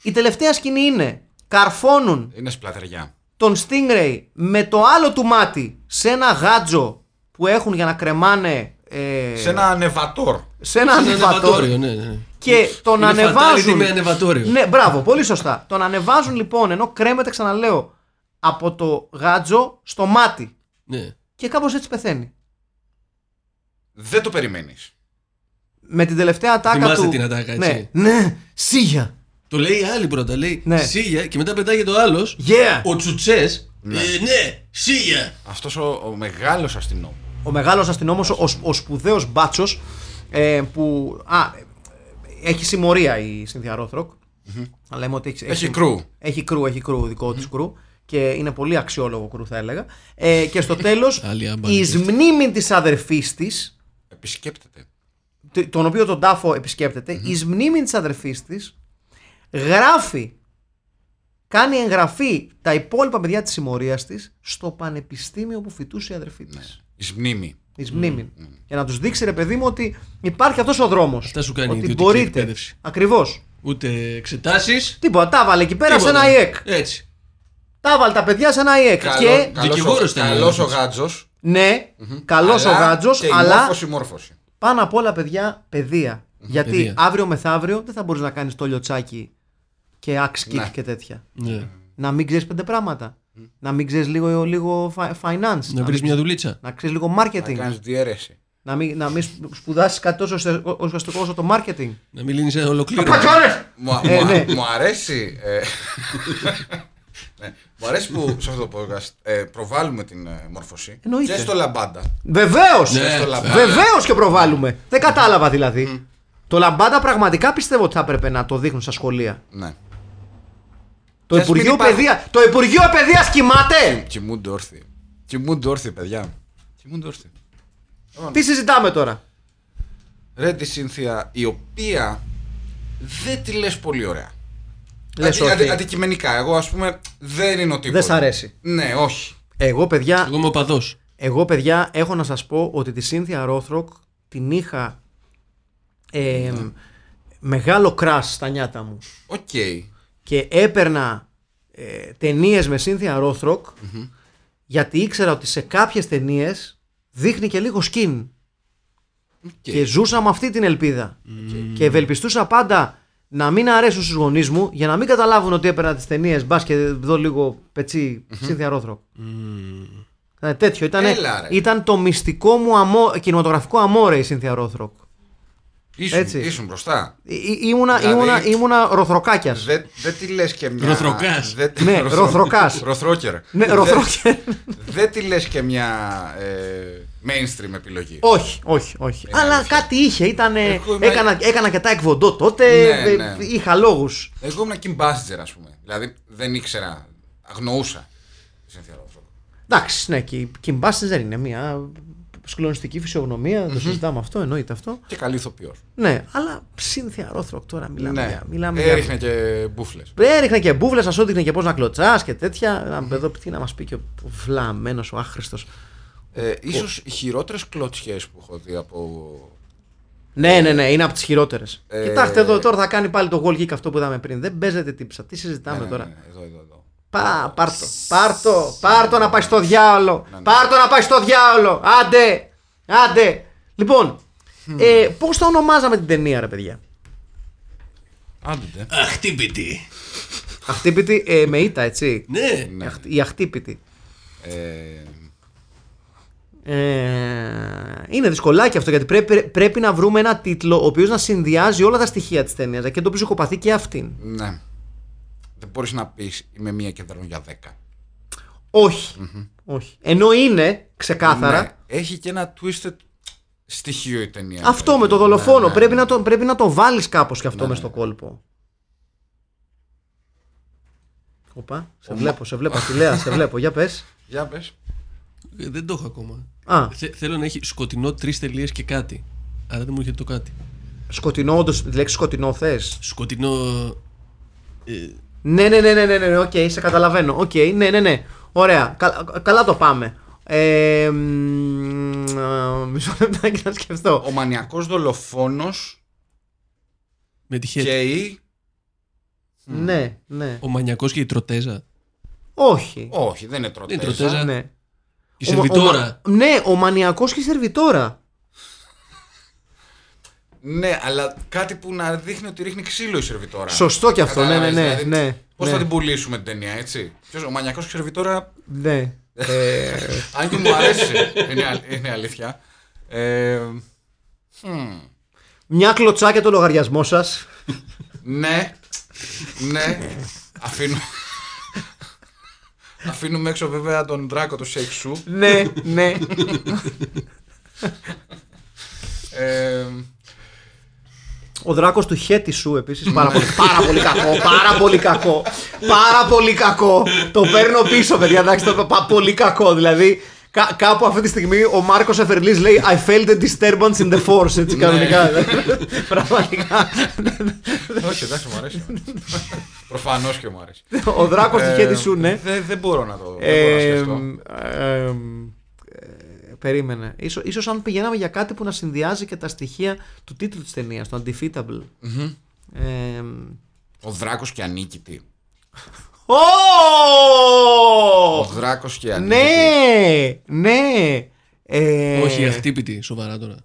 S3: Η τελευταία σκηνή είναι καρφώνουν
S4: Είναι σπλατεριά.
S3: τον Stingray με το άλλο του μάτι σε ένα γάτζο που έχουν για να κρεμάνε ε,
S4: Σε ένα ανεβατόρ.
S3: σε ένα
S5: Είναι ανεβατόριο,
S3: ανεβατόριο
S5: ναι, ναι.
S3: και τον
S5: Είναι fatality
S3: ανεβάζουν
S5: με ανεβατόριο.
S3: ναι μπράβο πολύ σωστά τον ανεβάζουν λοιπόν ενώ κρέμεται ξαναλέω από το γάτζο στο μάτι
S5: Ναι.
S3: και κάπως έτσι πεθαίνει
S4: Δεν το περιμένεις.
S3: με την τελευταία ατάκα
S5: Θυμάστε
S3: του
S5: την ατάκα,
S3: ναι,
S5: έτσι.
S3: ναι σίγια
S5: Το λέει η άλλη πρώτα. Λέει
S3: Ναι.
S5: Σίγια και μετά πετάγεται ο άλλος.
S3: yeah.
S5: Ο Τσουτσές. Ε, ναι, Σίγια.
S4: Αυτός ο, ο μεγάλος αστυνόμος.
S3: ο μεγάλος αστυνόμος, ο, ο σπουδαίος μπάτσος ε, που α, ε, έχει συμμορία η Σύνθια Ρόθροκ.
S5: Mm-hmm.
S3: Αλλά λέμε ότι έχει,
S4: Έχει κρού.
S3: Έχει κρού, έχει κρού, δικό της κρου και είναι πολύ αξιόλογο κρου θα έλεγα. Ε, και
S5: *laughs*
S3: στο τέλος
S5: Άλλη άμπαλη
S3: η
S5: και αυτή.
S3: σμνήμη της αδερφής της,
S4: Επισκέπτεται.
S3: τε- τον οποίο τον τάφο επισκέπτεται,
S5: Mm-hmm.
S3: η σμνήμη της αδερφής της γράφει, κάνει εγγραφή τα υπόλοιπα παιδιά της συμμορίας της στο πανεπιστήμιο που φοιτούσε η
S5: Ναι.
S3: αδερφή της
S4: Η μνήμη.
S3: τη μνήμη. Για να τους δείξει, ρε παιδί μου, ότι υπάρχει αυτός ο δρόμος.
S5: Αυτά σου κάνει η
S3: ότι
S5: ιδιωτική
S3: μπορείτε.
S5: εκπαίδευση.
S3: Ακριβώς.
S5: Ούτε εξετάσεις.
S3: Τίποτα. Τα βάλε εκεί πέρα σε ένα ΙΕΚ.
S5: Έτσι.
S3: Τα βάλε τα παιδιά σε ένα ΙΕΚ. και
S5: δικηγόρος ήταν,
S4: Καλός ο
S5: έτσι.
S4: γάτζος.
S3: ναι, καλός ο γάτζο,
S4: Η
S3: αλλά
S4: μόρφωση, η μόρφωση.
S3: πάνω απ' όλα παιδιά, παιδεία. Γιατί
S5: Παιδεία.
S3: αύριο μεθαύριο δεν θα μπορείς να κάνεις το λιωτσάκι και axe kick
S4: Ναι.
S3: και τέτοια.
S5: Ναι.
S3: Να μην ξέρεις πέντε πράγματα. Να μην ξέρεις λίγο, λίγο fi- finance.
S5: Να βρει μια δουλίτσα.
S3: να ξέρεις λίγο marketing.
S4: Να κάνεις διαίρεση.
S3: Να μην, να μην σπουδάσεις κάτι τόσο στε- ο- ο- ουσιαστικό όσο το marketing.
S5: Να μην λύνεις ένα ολοκλήρο.
S4: Μου, α-
S3: Ε,
S4: μου α-
S3: ναι.
S4: μου αρέσει. ε,
S3: *laughs*
S4: ναι. Μου αρέσει που σε αυτό το podcast ε, προβάλλουμε την ε, μόρφωση.
S3: Εννοείται.
S4: Και στο λαμπάντα.
S3: Βεβαίως!
S5: Ναι,
S4: στο λαμπάντα.
S3: Βεβαίως και προβάλλουμε. Δεν κατάλαβα δηλαδή. Το λαμπάντα πραγματικά πιστεύω ότι θα έπρεπε να το δείχνουν στα σχολεία.
S4: Ναι.
S3: Το Το
S4: Θες
S3: Υπουργείο
S4: μην υπά-
S3: Παιδεία. Το Υπουργείο Παιδείας κοιμάται!
S4: Κοιμούνται όρθιοι. Κοιμούνται όρθιοι, παιδιά. Κοιμούνται όρθιοι.
S3: Τι συζητάμε τώρα.
S4: Ρε τη Σύνθια, η οποία δεν τη λες πολύ ωραία.
S3: Λες
S4: Αντι-
S3: όχι.
S4: αντι- αντικειμενικά, εγώ ας πούμε δεν είναι ο τύπος.
S3: Δεν σ' αρέσει.
S4: Ναι, όχι.
S3: Εγώ, παιδιά,
S5: Εγώ είμαι οπαδό.
S3: εγώ, παιδιά, έχω να σας πω ότι τη Σύνθια Ρόθροκ την είχα ε, μεγάλο κράσ στα νιάτα μου.
S4: Οκ.
S3: και έπαιρνα ε, ταινίες με Σύνθια Ρόθροκ γιατί ήξερα ότι σε κάποιες ταινίες δείχνει και λίγο skin. Και ζούσα με αυτή την ελπίδα.
S4: Mm.
S3: Και ευελπιστούσα πάντα να μην αρέσουν στους γονείς μου για να μην καταλάβουν ότι έπαιρνα τις ταινίες. Μπας και δω λίγο πετσί, Σύνθια Ρόθροκ. Ήταν τέτοιο. Ήταν,
S4: Mm. Έλα, ρε.
S3: ήταν το μυστικό μου αμό, κινηματογραφικό αμόρε η Σύνθια Ρόθροκ.
S4: Ήσουν,
S3: έτσι.
S4: ήσουν μπροστά.
S3: Ή- ή- ήμουνα,
S4: Δηλαδή-
S3: ήμουνα, ήμουνα ροθροκάκιας.
S4: Δεν δεν τη λες και μια...
S5: Ροθροκάς.
S4: Δεν...
S3: Ναι,
S4: *laughs* Ροθρο-
S3: ροθροκάς.
S4: Ροθρόκερ.
S3: Ναι,
S4: Δεν- *laughs*
S3: ροθρόκια.
S4: Δεν τη λες και μια ε, mainstream επιλογή.
S3: Όχι, όχι, όχι.
S4: Είναι
S3: Αλλά
S4: αλήθεια.
S3: κάτι είχε. Ήταν, ε,
S4: Εγώ είμαι-
S3: έκανα, έκανα και τα εκβοντό τότε.
S4: Ναι,
S3: ε,
S4: ναι.
S3: Είχα λόγους.
S4: Εγώ ήμουν Kim Basinger, ας πούμε. Δηλαδή δεν ήξερα, αγνοούσα τη Σύνθια Ρόθροκ.
S3: Εντάξει, ναι, και η Kim Basinger είναι μια σκλονιστική φυσιογνωμία. Το συζητάμε αυτό, εννοείται αυτό.
S4: Και καλή ηθοποιός.
S3: Ναι, αλλά Σύνθια Ρόθροκ τώρα μιλάμε.
S4: ναι.
S3: Για, μιλάμε για-
S4: Έριχνε και μπουφλες.
S3: Έριχνε και μπουβλε, σα έδειχνε και πώς να κλωτσάς και τέτοια. Να- Εδώ τι να μας πει και ο βλαμμένος, ο άχρηστος.
S4: Ε, ίσως οι χειρότερες κλωτσιές που έχω δει από...
S3: Ναι, ναι, ναι, είναι από τις χειρότερες.
S4: Ε,
S3: Κοιτάξτε εδώ, τώρα θα κάνει πάλι το goal kick αυτό που είδαμε πριν. Δεν παίζεται τύψα. Τι συζητάμε
S4: Ναι, ναι,
S3: Ε, τώρα.
S4: ναι, εδώ, εδώ, εδώ.
S3: Πά, πάρτο. Πάρτο. Πάρτο να πάει στο διάολο.
S4: Ναι,
S3: Πάρτο να πάει στο διάολο. Άντε. Άντε. Λοιπόν,
S4: Hm.
S3: ε, πώς θα ονομάζαμε την ταινία, ρε παιδιά.
S4: Άντε.
S5: Αχτύπητη.
S3: Αχτύπητη ε, με ήττα, έτσι.
S5: Ναι.
S4: Ναι.
S3: Αχ- Η αχτύπητη.
S4: Ε,
S3: Ε, είναι δυσκολάκι αυτό γιατί πρέπει, πρέπει να βρούμε ένα τίτλο ο οποίος να συνδυάζει όλα τα στοιχεία της ταινίας και τον ψυχοπαθή και αυτήν.
S4: ναι. Δεν μπορείς να πεις είμαι μία και δέρνω για δέκα.
S3: οχι Όχι. Ενώ είναι ξεκάθαρα.
S4: Ναι. Έχει και ένα twisted στοιχείο η ταινία.
S3: Αυτό
S4: Έχει.
S3: με το δολοφόνο.
S4: Ναι, ναι.
S3: Πρέπει, να το, πρέπει να το βάλεις κάπως και αυτό μες στο κόλπο. Οπα, σε βλέπω, σε βλέπω, Αχιλέα, σε βλέπω. Για πες.
S4: Για πες.
S3: Ναι.
S5: Ε, Δεν το έχω ακόμα.
S3: Α,
S5: Θε- θέλω να έχει σκοτεινό τρεις τελείες και κάτι. Αλλά δεν μου έρχεται το κάτι.
S3: σκοτεινό, όντως, τη λέξη σκοτεινό θες.
S5: Σκοτεινό. ε,
S3: Ναι, ναι, ναι, ναι, ναι, ναι, ναι, οκ, σε καταλαβαίνω. Οκ, ναι, ναι, ναι. Ωραία, Κα- καλά το πάμε. Ε, μ, ε, μισό λεπτάκι να σκεφτώ.
S4: Ο μανιακός δολοφόνος
S5: με τη χέρι.
S4: και η...
S3: Ναι, ναι.
S5: Ο μανιακός και η τροτέζα.
S3: Όχι.
S4: Όχι, δεν είναι τροτέζα.
S5: Δεν είναι τροτέζα.
S3: Ναι.
S5: Η
S3: Ο μα- ο μα-
S5: σερβιτόρα.
S3: Ναι, ο μανιακός και η σερβιτόρα.
S4: Ναι, αλλά κάτι που να δείχνει ότι ρίχνει ξύλο η σερβιτόρα.
S3: Σωστό κι αυτό,
S4: Κατάλαβες,
S3: ναι, ναι, ναι,
S4: δηλαδή,
S3: ναι,
S4: Πώς
S3: ναι.
S4: θα την πουλήσουμε την ταινία, έτσι. Ποιος, ο μανιακός και η σερβιτόρα
S3: Ναι.
S4: Αν και μου αρέσει.
S3: *laughs*
S4: είναι, αλ- είναι αλήθεια. Ε, μ,
S3: Μια κλωτσά και το λογαριασμό σας.
S4: ναι. Ναι. Αφήνω. *laughs* Αφήνουμε έξω βέβαια τον Δράκο του Σεξού.
S3: ναι, ναι.
S4: Ε,
S3: Ο δράκος του χέτη σου επίσης.
S4: Ναι.
S3: Πάρα, πολύ, πάρα πολύ κακό. Πάρα πολύ κακό. Πάρα πολύ κακό. Το παίρνω πίσω, παιδιά. Εντάξει, το πα, πολύ κακό. Δηλαδή, κα- κάπου αυτή τη στιγμή ο Μάρκος Εφερλής λέει I felt a disturbance in the force.
S4: Ναι.
S3: Έτσι, κανονικά. Πραγματικά.
S4: όχι, εντάξει, μου
S3: *laughs*
S4: αρέσει. Προφανώς και μου αρέσει.
S3: ο δράκος του
S4: Ε,
S3: χέτη σου, ναι.
S4: Δεν δεν μπορώ να το. δεν μπορώ να
S3: Ε,
S4: σκεφτώ.
S3: ε, ε, περίμενε. Ίσως, ίσως αν πηγαίναμε για κάτι που να συνδυάζει και τα στοιχεία του τίτλου της ταινίας, το Undefeatable. Ε,
S4: Ο Δράκος και ανίκητη.
S3: Ω!
S4: Ο Δράκος και ανίκητη.
S3: Ναι, ναι. Ε,
S5: Όχι, η αχτύπητη, σοβαρά τώρα.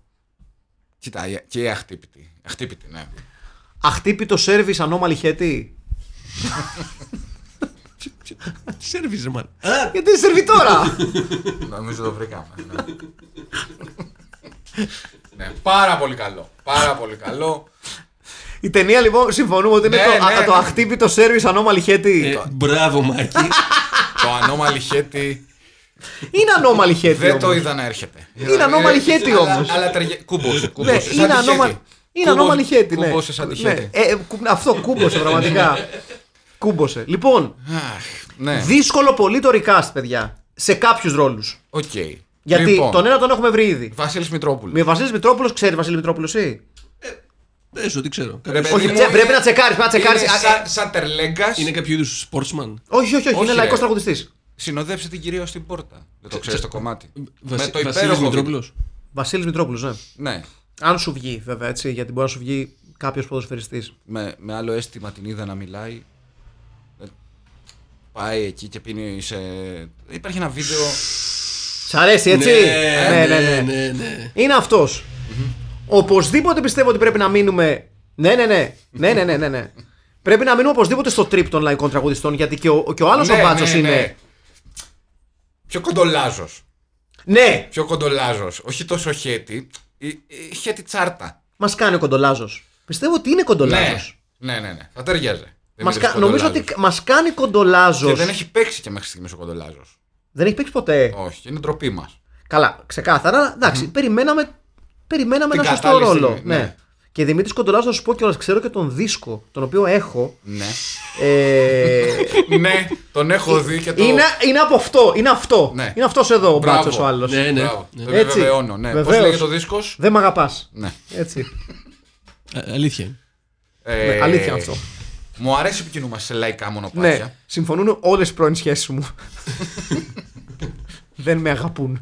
S4: Κοίτα, η- και η αχτύπητη. Αχτύπητη, ναι.
S3: Αχτύπητο σερβις ανώμαλη χέτη.
S5: Τι σερβις ρε μάλλον.
S4: Ε,
S3: Γιατί είσαι
S4: *laughs*
S3: σερβιτόρα.
S4: Νομίζω το βρήκαμε. ναι. ναι, πάρα πολύ καλό. Πάρα πολύ καλό.
S3: Η ταινία λοιπόν συμφωνούμε ότι είναι
S4: Ναι,
S3: το,
S4: ναι,
S3: α, το
S4: ναι.
S3: αχτύπητο σερβις ανώμαλη χέτη.
S5: Ε, Μπράβο,
S4: *laughs*
S5: Μάκη.
S4: το ανώμαλη χέτι
S3: Είναι ανώμαλη χέτη.
S4: δεν το
S3: όμως.
S4: είδα να έρχεται.
S3: Είναι ανώμαλη χέτη
S4: Αλλά-
S3: όμως.
S4: Αλλά ταιριάζει. Κούμπωσε.
S3: Ναι, είναι ανώμαλη. Είναι ανώμαλη χέτη, ναι.
S4: Κούμπωσε σαν τη
S3: Ναι,
S4: χέτη.
S3: ε, ε, κου- αυτό κούμπωσε πραγματικά. Κούμποσε. Λοιπόν,
S4: Αχ, ναι.
S3: δύσκολο πολύ το recast, παιδιά. Σε κάποιους ρόλους.
S4: Οκ.
S3: Γιατί
S4: Λοιπόν,
S3: τον ένα τον έχουμε βρει ήδη.
S4: Βασίλης Μητρόπουλος.
S3: Με Βασίλης Μητρόπουλος, ξέρεις Βασίλη Μητρόπουλος ή.
S5: Πες ότι ξέρω.
S4: Ρε, παιδί
S3: Όχι,
S4: μου,
S3: τσε-
S4: είναι-
S3: πρέπει να τσεκάρεις, πρέπει να τσεκάρεις. Ε,
S4: Είναι
S3: Α,
S4: σαν, σαν τερλέγκας.
S5: Είναι κάποιο είδους sportsman.
S3: Όχι, όχι, όχι.
S4: Όχι,
S3: Είναι
S4: ρε.
S3: λαϊκό τραγουδιστής.
S4: Συνοδεύσε την κυρία ως την πόρτα. Δεν το ξέρεις το κομμάτι.
S5: Ε, Βασι...
S4: Με το
S5: Βασίλης
S4: υπέροχο-
S5: Μητρόπουλος.
S3: Βασίλης Μητρόπουλος, ναι.
S4: Ναι.
S3: Αν σου βγει, βέβαια, έτσι, γιατί μπορεί να σου βγει κάποιος ποδοσφαιριστής.
S4: με, με άλλο αίσθημα την είδα να μιλάει. Ε, Πάει εκεί και πίνει σε. Υπάρχει ένα βίντεο.
S3: Σ' αρέσει, έτσι.
S5: Ναι, ναι, ναι, ναι.
S3: Είναι αυτός. Οπωσδήποτε πιστεύω ότι πρέπει να μείνουμε. Ναι, ναι, ναι. ναι, ναι, ναι, ναι, ναι. πρέπει να μείνουμε οπωσδήποτε στο τρίπ των λαϊκών τραγουδιστών γιατί και ο, και ο
S4: Ναι,
S3: άλλο ο μπάτσο είναι.
S4: Πιο κοντολάζος.
S3: Ναι,
S4: Πιο κοντολάζος. Όχι τόσο χέτη. Ε, ε, Χέτη τσάρτα.
S3: μας κάνει ο κοντολάζος. Πιστεύω ότι είναι κοντολάζος.
S4: Ναι. ναι, ναι, ναι. Θα ταιριάζει.
S3: Μας κα- Νομίζω ότι μας κάνει κοντολάζος.
S4: Και δεν έχει παίξει και μέχρι στιγμής ο κοντολάζος.
S3: δεν έχει παίξει ποτέ.
S4: Όχι, είναι ντροπή μας.
S3: Καλά, ξεκάθαρα. Εντάξει, περιμέναμε, περιμέναμε
S4: Την
S3: ένα σωστό
S4: κατάλληλη
S3: ρόλο.
S4: στιγμή,
S3: ναι.
S4: ναι.
S3: Και Δημήτρης Κοντολάζος, θα σου πω κιόλας, ξέρω και τον δίσκο, τον οποίο έχω. *laughs*
S4: Ναι.
S3: Ε,
S4: ναι, τον έχω δει και το.
S3: είναι, είναι από αυτό, είναι αυτό.
S4: Ναι.
S3: Είναι αυτός εδώ ο
S4: Μπράβο.
S3: μπάτσος ο άλλος.
S5: Ναι, ναι.
S4: Μπράβο.
S5: ναι.
S4: Το
S3: Έτσι.
S4: επιβεβαιώνω. Ναι. Πώς
S3: Βεβαίως.
S4: λέγεται ο δίσκος.
S3: Δεν μ' αγαπάς.
S4: Ναι.
S3: Έτσι.
S5: Α- αλήθεια. είναι.
S4: Ε,
S3: Ναι, αλήθεια είναι αυτό.
S4: Μου αρέσει που κινούμαστε σε λαϊκά μονοπάτια.
S3: ναι, συμφωνούν όλες οι πρώην σχέσεις μου. *laughs* Δεν με αγαπούν.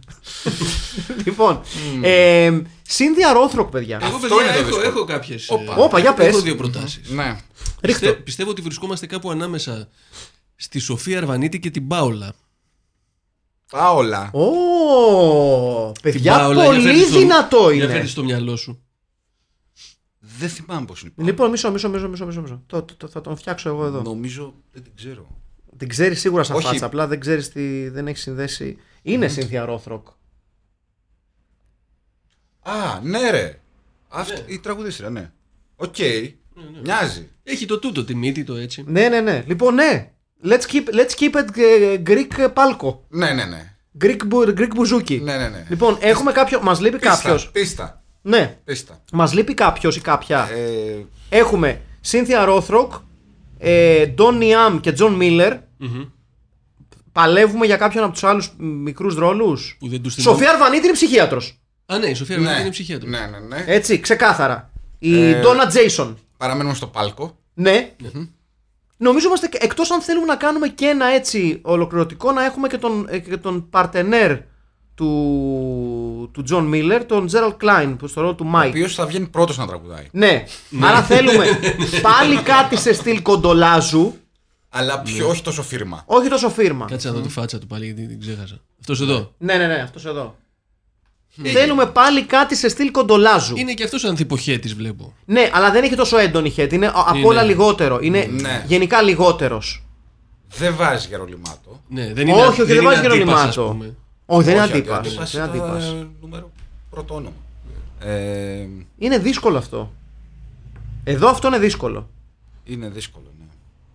S3: λοιπόν, ε, Σύνδια Ρόθροκ, παιδιά.
S5: Εγώ,
S4: Αυτό
S5: παιδιά,
S4: είναι το
S5: έχω,
S4: δύσκολο.
S5: έχω κάποιες.
S4: Όπα.
S3: Όπα, για πες.
S5: Έχω δύο προτάσεις.
S4: Ναι.
S3: Ρίχτω.
S5: πιστεύω ότι βρισκόμαστε κάπου ανάμεσα στη Σοφία Αρβανίτη και την Πάολα.
S4: Πάολα.
S3: Ω,
S5: Την
S3: παιδιά,
S5: Πάολα, για
S3: πολύ
S5: φέρνεις στο-
S3: δυνατό
S5: Για
S3: είναι.
S5: φέρνεις στο μυαλό σου.
S4: Δεν θυμάμαι πώς είναι. η Πάολα.
S3: Λοιπόν, μισό, μισό, μισό, μισό. μισό. Το, το, το- θα τον φτιάξω εγώ εδώ.
S4: Νομίζω δεν την ξέρω.
S3: Την ξέρεις σίγουρα σαν
S4: Όχι.
S3: φάτσα, απλά δεν ξέρεις τι. δεν έχεις συνδέσει. Mm-hmm. Είναι Σύνθια Ρόθροκ.
S4: Α, ναι, ρε. Αυτή η τραγουδίστρια, ναι. Οκ.
S5: Ναι,
S4: Μοιάζει.
S5: Έχει το τούτο, τη μύτη, το έτσι.
S3: Ναι, ναι, ναι. Λοιπόν, ναι. Let's keep, let's keep it ε, Greek palco.
S4: Ναι, ναι, ναι.
S3: Greek, bu- Greek μπουζούκι.
S4: Ναι, ναι, ναι.
S3: Λοιπόν, έχουμε κάποιο. Μας λείπει κάποιος.
S4: Πίστα. Πίστα.
S3: Ναι.
S4: πίστα.
S3: Μας λείπει κάποιος ή κάποια.
S4: Ε,
S3: Έχουμε Cynthia Rothrock, ε, Don Iam και John Miller. Παλεύουμε για κάποιον από τους άλλους μικρούς ρόλους.
S5: Που δεν τους θυμάμαι.
S3: Σοφία Αρβανίτη είναι ψυχίατρος.
S5: Α, ναι, η Σοφία Αρβανίτη
S4: ναι.
S5: είναι ψυχίατρο.
S4: Ναι, ναι, ναι.
S3: Έτσι, ξεκάθαρα. Η
S4: Ε.
S3: Donna Jason.
S4: Παραμένουμε στο πάλκο.
S3: Ναι. Νομίζω είμαστε εκτός αν θέλουμε να κάνουμε και ένα έτσι ολοκληρωτικό να έχουμε και τον, ε, και τον παρτενέρ του, του John Miller, τον Gerald Klein, που στο ρόλο του
S4: Ο
S3: Mike.
S4: οποίος θα βγαίνει πρώτος να τραγουδάει.
S3: Ναι. Άρα θέλουμε πάλι κάτι σε στυλ κοντολάζου,
S5: Ναι.
S4: Αλλά πιο όχι τόσο φίρμα.
S3: όχι τόσο φίρμα.
S5: Κάτσε να δω τη φάτσα του πάλι, γιατί την ξέχασα. Αυτός εδώ.
S3: Ναι, ναι, ναι, αυτός εδώ. Θέλουμε πάλι κάτι σε στυλ κοντολάζου.
S5: Είναι και αυτός ανθυποχέτη, βλέπω.
S3: Ναι, αλλά δεν έχει τόσο έντονη χέτη. Είναι από
S5: Είναι.
S3: όλα λιγότερο. Είναι
S4: Ναι.
S3: γενικά λιγότερος.
S4: Δεν βάζει γερολιμάτο.
S5: Ναι, δεν είναι,
S3: όχι, όχι, δεν
S5: είναι
S3: βάζει
S5: αντίπας,
S3: γερολιμάτο.
S5: ας πούμε.
S3: Όχι, δεν είναι
S4: Όχι,
S3: αντίπας.
S4: αντίπας
S3: Δεν είναι
S4: ήταν,
S3: αντίπας.
S4: ε, Νούμερο πρώτο όνομα. Ε,
S3: Είναι δύσκολο αυτό. Εδώ αυτό είναι δύσκολο.
S4: είναι δύσκολο, ναι.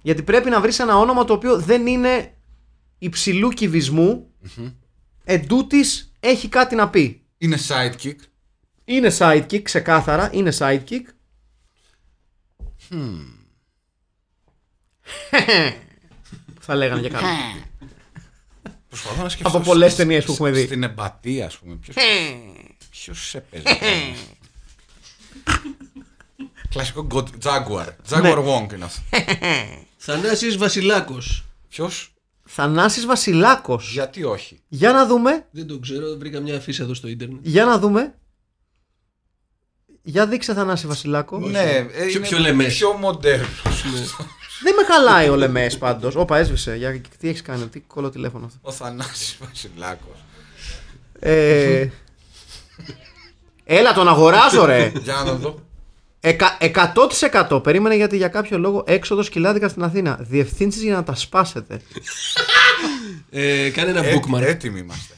S3: Γιατί πρέπει να βρεις ένα όνομα το οποίο δεν είναι υψηλού κυβισμού. Εν τούτης έχει κάτι να πει.
S4: Είναι sidekick.
S3: Είναι sidekick, ξεκάθαρα. Είναι sidekick. Που *laughs* θα λέγανε για κάποιον.
S4: Προσπαθώ να σκεφτώ.
S3: Από πολλές
S4: σ-
S3: ταινίες που
S4: σ-
S3: έχουμε δει.
S4: Στην εμπατία, ας πούμε. Ποιος. Ποιος σε παίζει. Κλασικό God, Jaguar.
S3: Ναι.
S4: Jaguar Wong είναι αυτό.
S5: Θανάσης Βασιλάκος.
S4: Ποιος.
S3: Θανάσης Βασιλάκος.
S4: Γιατί όχι.
S3: Για να δούμε.
S5: Δεν το ξέρω, βρήκα μια αφίσα εδώ στο ίντερνετ.
S3: Για να δούμε. Για δείξε Θανάση Βασιλάκο.
S4: Ναι, ε,
S5: Πιο-
S4: είναι
S5: πιο λεμές. Ναι.
S4: Πιο μοντέρνος.
S3: Δεν με χαλάει ο Λεμές πάντως. Όπα, έσβησε. Για, τι έχεις κάνει, τι κολλό τηλέφωνο αυτό.
S4: Ο Θανάσης Βασιλάκος.
S3: Ε, έλα, τον αγοράζω, ρε.
S4: Για να το δω.
S3: Εκα, 100% περίμενε γιατί για κάποιο λόγο έξοδος κιλάδικα στην Αθήνα. Διευθύνσεις για να τα σπάσετε.
S5: Ε, κάνε ένα
S4: Έ-
S5: bookmark.
S4: Έτοιμοι είμαστε.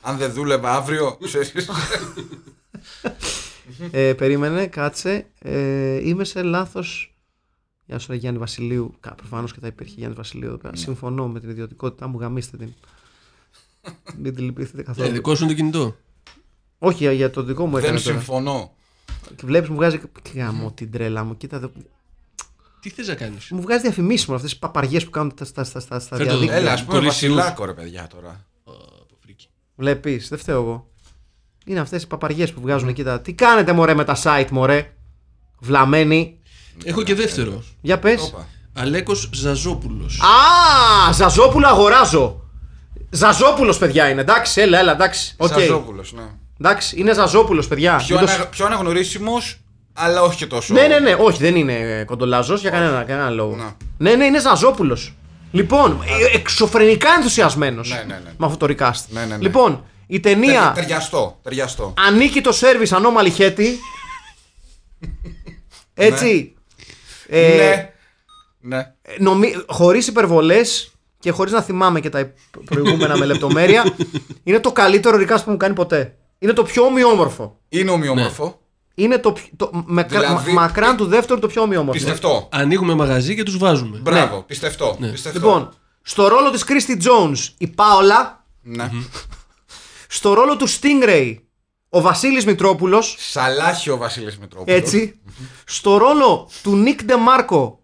S4: Αν δεν δούλευα αύριο, ξέρεις.
S3: ε, περίμενε, κάτσε. Ε, είμαι σε λάθος. Γεια σου, ρε Γιάννη Βασιλείου. Προφανώς και θα υπήρχε Γιάννη Βασιλείου εδώ πέρα.
S4: Ναι.
S3: Συμφωνώ με την ιδιωτικότητά μου. Γαμίστε
S4: *laughs*
S3: την. Μην τη λυπηθείτε
S5: Ε,
S3: καθόλου.
S5: δικό σου είναι το κινητό.
S3: Όχι, για- για το δικό μου έκανε
S4: δεν
S3: τώρα.
S4: συμφωνώ.
S3: Και βλέπεις, μου βγάζει. Γάμο την τρέλα μου, κοίτα εδώ.
S5: Τι θες να κάνεις.
S3: Μου βγάζει διαφημίσεις με αυτές τις παπαριές που κάνουν τα- στα, στα, στα, στα
S5: Φέρτε το
S3: διαδίκτυα.
S4: Έλα, ας πούμε
S5: Πολύ
S4: βασιλάκο ρε παιδιά τώρα.
S3: Βλέπεις, δεν φταίω εγώ. Είναι αυτές οι παπαριές που βγάζουν εκεί τα. Τι κάνετε μωρέ με τα site, μωρέ. Βλαμμένοι.
S5: Έχω και δεύτερο.
S3: Για πες.
S4: Όπα.
S5: Αλέκος Ζαζόπουλος.
S3: Α, Ζαζόπουλο αγοράζω. Ζαζόπουλος, παιδιά είναι. Εντάξει, έλα, έλα, εντάξει. Οκ.
S4: Σαζόπουλος, ναι.
S3: Εντάξει, είναι Ζαζόπουλος, παιδιά.
S4: Πιο,
S3: Μην το σ-
S4: ανα, πιο αναγνωρίσιμος, αλλά όχι και τόσο.
S3: Ναι, ναι, ναι, όχι, δεν είναι κοντολάζος για κανένα, κανένα λόγο.
S4: Να.
S3: Ναι, ναι, είναι Ζαζόπουλος. Λοιπόν, ε, εξωφρενικά ενθουσιασμένος
S4: Ναι, ναι, ναι.
S3: με αυτό το recast.
S4: Ναι, ναι, ναι.
S3: Λοιπόν, η
S4: Ταιρι-
S3: ταινία
S4: Ταιριαστό, ταιριαστό.
S3: ανήκει το σερβις ανώμαλη
S4: *laughs*
S3: χέτη. Έτσι. Ε,
S4: Ναι. Ναι.
S3: νομι... χωρίς υπερβολές και χωρίς να θυμάμαι και τα υπ- προηγούμενα με λεπτομέρεια, είναι το καλύτερο recast που μου κάνει ποτέ. Είναι το πιο ομοιόμορφο.
S4: Είναι
S3: Ναι.
S4: ομοιόμορφο.
S3: Είναι το, πιο- το με, μα-
S4: Δηλαδή-
S3: μακράν του δεύτερου το πιο ομοιόμορφο.
S4: Πιστευτό.
S5: Ανοίγουμε μαγαζί και τους βάζουμε.
S4: Μπράβο, πιστευτό. πιστευτό.
S3: Λοιπόν, στο ρόλο της Κρίστη Jones η Πάολα,
S4: Ναι.
S3: στο ρόλο του Stingray ο Βασίλης Μητρόπουλος,
S4: Σαλάχιο ο Βασίλης Μητρόπουλος.
S3: έτσι, στο ρόλο του Νίκ Ντεμάρκο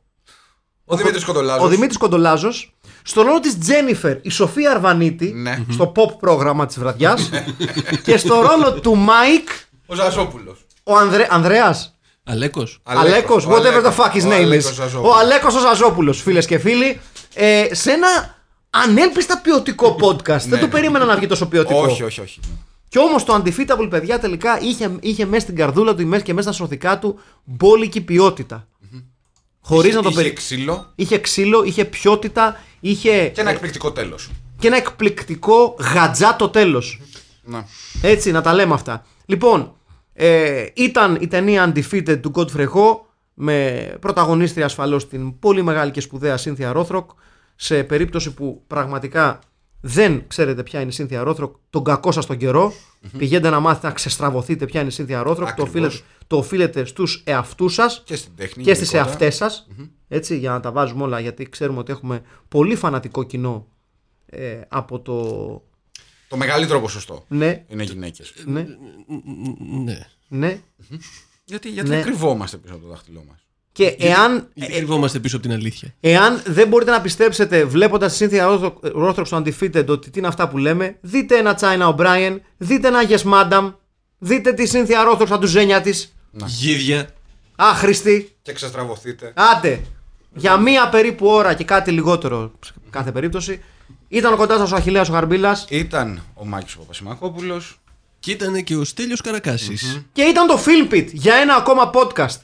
S4: Ο Δημήτρης Κοντολάζος.
S3: ο Δημήτρης Κοντολάζος, στο ρόλο της Τζένιφερ η Σοφία Αρβανίτη, Mm-hmm.
S4: Ναι.
S3: στο pop πρόγραμμα της
S4: *laughs*
S3: βραδιάς και στο ρόλο του Μάικ
S4: Ο Ζαζόπουλο.
S3: ο Ανδρε... Ανδρέας
S5: Αλέκος.
S3: Αλέκος, whatever the fuck his name is. Ο Αλέκος ο Ζαζόπουλος, φίλες και φίλοι, ε, σε ένα ανέλπιστα
S4: *laughs*
S3: ποιοτικό podcast. Δεν το περίμενα να βγει τόσο ποιοτικό.
S4: Ναι. Όχι, όχι, όχι.
S3: Κι όμως το Undefeatable, παιδιά, τελικά είχε, είχε μέσα στην καρδούλα του μέσα και μέσα στα σωθικά του μπόλικη ποιότητα. Χωρίς να το
S4: Είχε
S3: περι...
S4: ξύλο
S3: Είχε ξύλο, είχε ποιότητα, είχε
S4: και ένα εκπληκτικό τέλος.
S3: και ένα εκπληκτικό γατζά το τέλος.
S4: Ναι.
S3: Έτσι, να τα λέμε αυτά. Λοιπόν, ε, ήταν η ταινία Undefeated του Godfrey Ho με πρωταγωνίστρια ασφαλώς την πολύ μεγάλη και σπουδαία Cynthia Rothrock σε περίπτωση που πραγματικά δεν ξέρετε ποια είναι η Cynthia Rothrock τον κακό σας τον καιρό πηγαίνετε να μάθετε να ξεστραβωθείτε ποια είναι η Cynthia Rothrock το
S4: Ακριβώς.
S3: οφείλετε, το οφείλετε στους εαυτούς σας
S4: Και στην τέχνη.
S3: και στις
S4: γενικότερα.
S3: εαυτές σας έτσι, για να τα βάζουμε όλα γιατί ξέρουμε ότι έχουμε πολύ φανατικό κοινό ε, από το
S4: Το μεγαλύτερο ποσοστό
S3: ναι,
S4: είναι γυναίκες.
S3: ναι,
S5: Ναι.
S3: ναι
S4: Γιατί, γιατί
S3: Ναι.
S4: κρυβόμαστε πίσω από το δάχτυλό μας.
S3: και εάν,
S5: Γιατί κρυβόμαστε πίσω από την αλήθεια.
S3: Εάν δεν μπορείτε να πιστέψετε βλέποντας τη Cynthia Rothrock- Rothrock στο Undefeated ότι τι είναι αυτά που λέμε, δείτε ένα China O'Brien, δείτε ένα Yes Madam, δείτε τη Cynthia Rothrock στα τουζένια τη.
S5: Γίδια.
S3: Άχρηστη,
S4: Και ξεστραβωθείτε.
S3: άντε. Για μία περίπου ώρα και κάτι λιγότερο σε κάθε περίπτωση. Ήταν κοντά σας ο Αχιλέας ο Χαρμπίλας
S4: Ήταν ο Μάκης Παπασημακόπουλος.
S5: Και ήταν και ο Στέλιος Καρακάσης.
S3: και ήταν το Filmpit για ένα ακόμα podcast.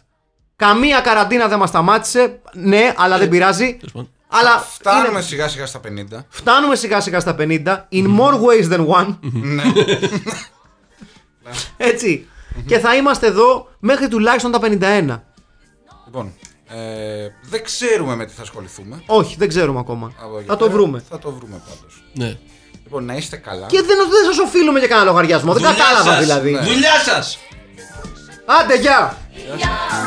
S3: Καμία καραντίνα δεν μας σταμάτησε. Ναι, αλλά δεν πειράζει.
S5: Ε, Τέλος πάντων.
S3: Αλλά
S4: Φτάνουμε
S3: είναι-
S4: σιγά σιγά στα 50.
S3: φτάνουμε σιγά σιγά στα 50. In more ways than one. *laughs*
S4: ναι.
S3: ετσι Και θα είμαστε εδώ μέχρι τουλάχιστον τα 51.
S4: Λοιπόν, ε, δεν ξέρουμε με τι θα ασχοληθούμε.
S3: Όχι, δεν ξέρουμε ακόμα.
S4: Από εκεί
S3: Θα το
S4: πέρα.
S3: βρούμε.
S4: Θα το βρούμε πάντως.
S5: Ναι.
S4: Λοιπόν, να είστε καλά.
S3: Και δεν, δεν σας οφείλουμε για κανένα λογαριασμό. Δεν
S5: Δουλειά
S3: κατάλαβα
S5: σας.
S3: δηλαδή.
S5: Δουλειά σας.
S3: Άντε, γεια!
S2: Yeah.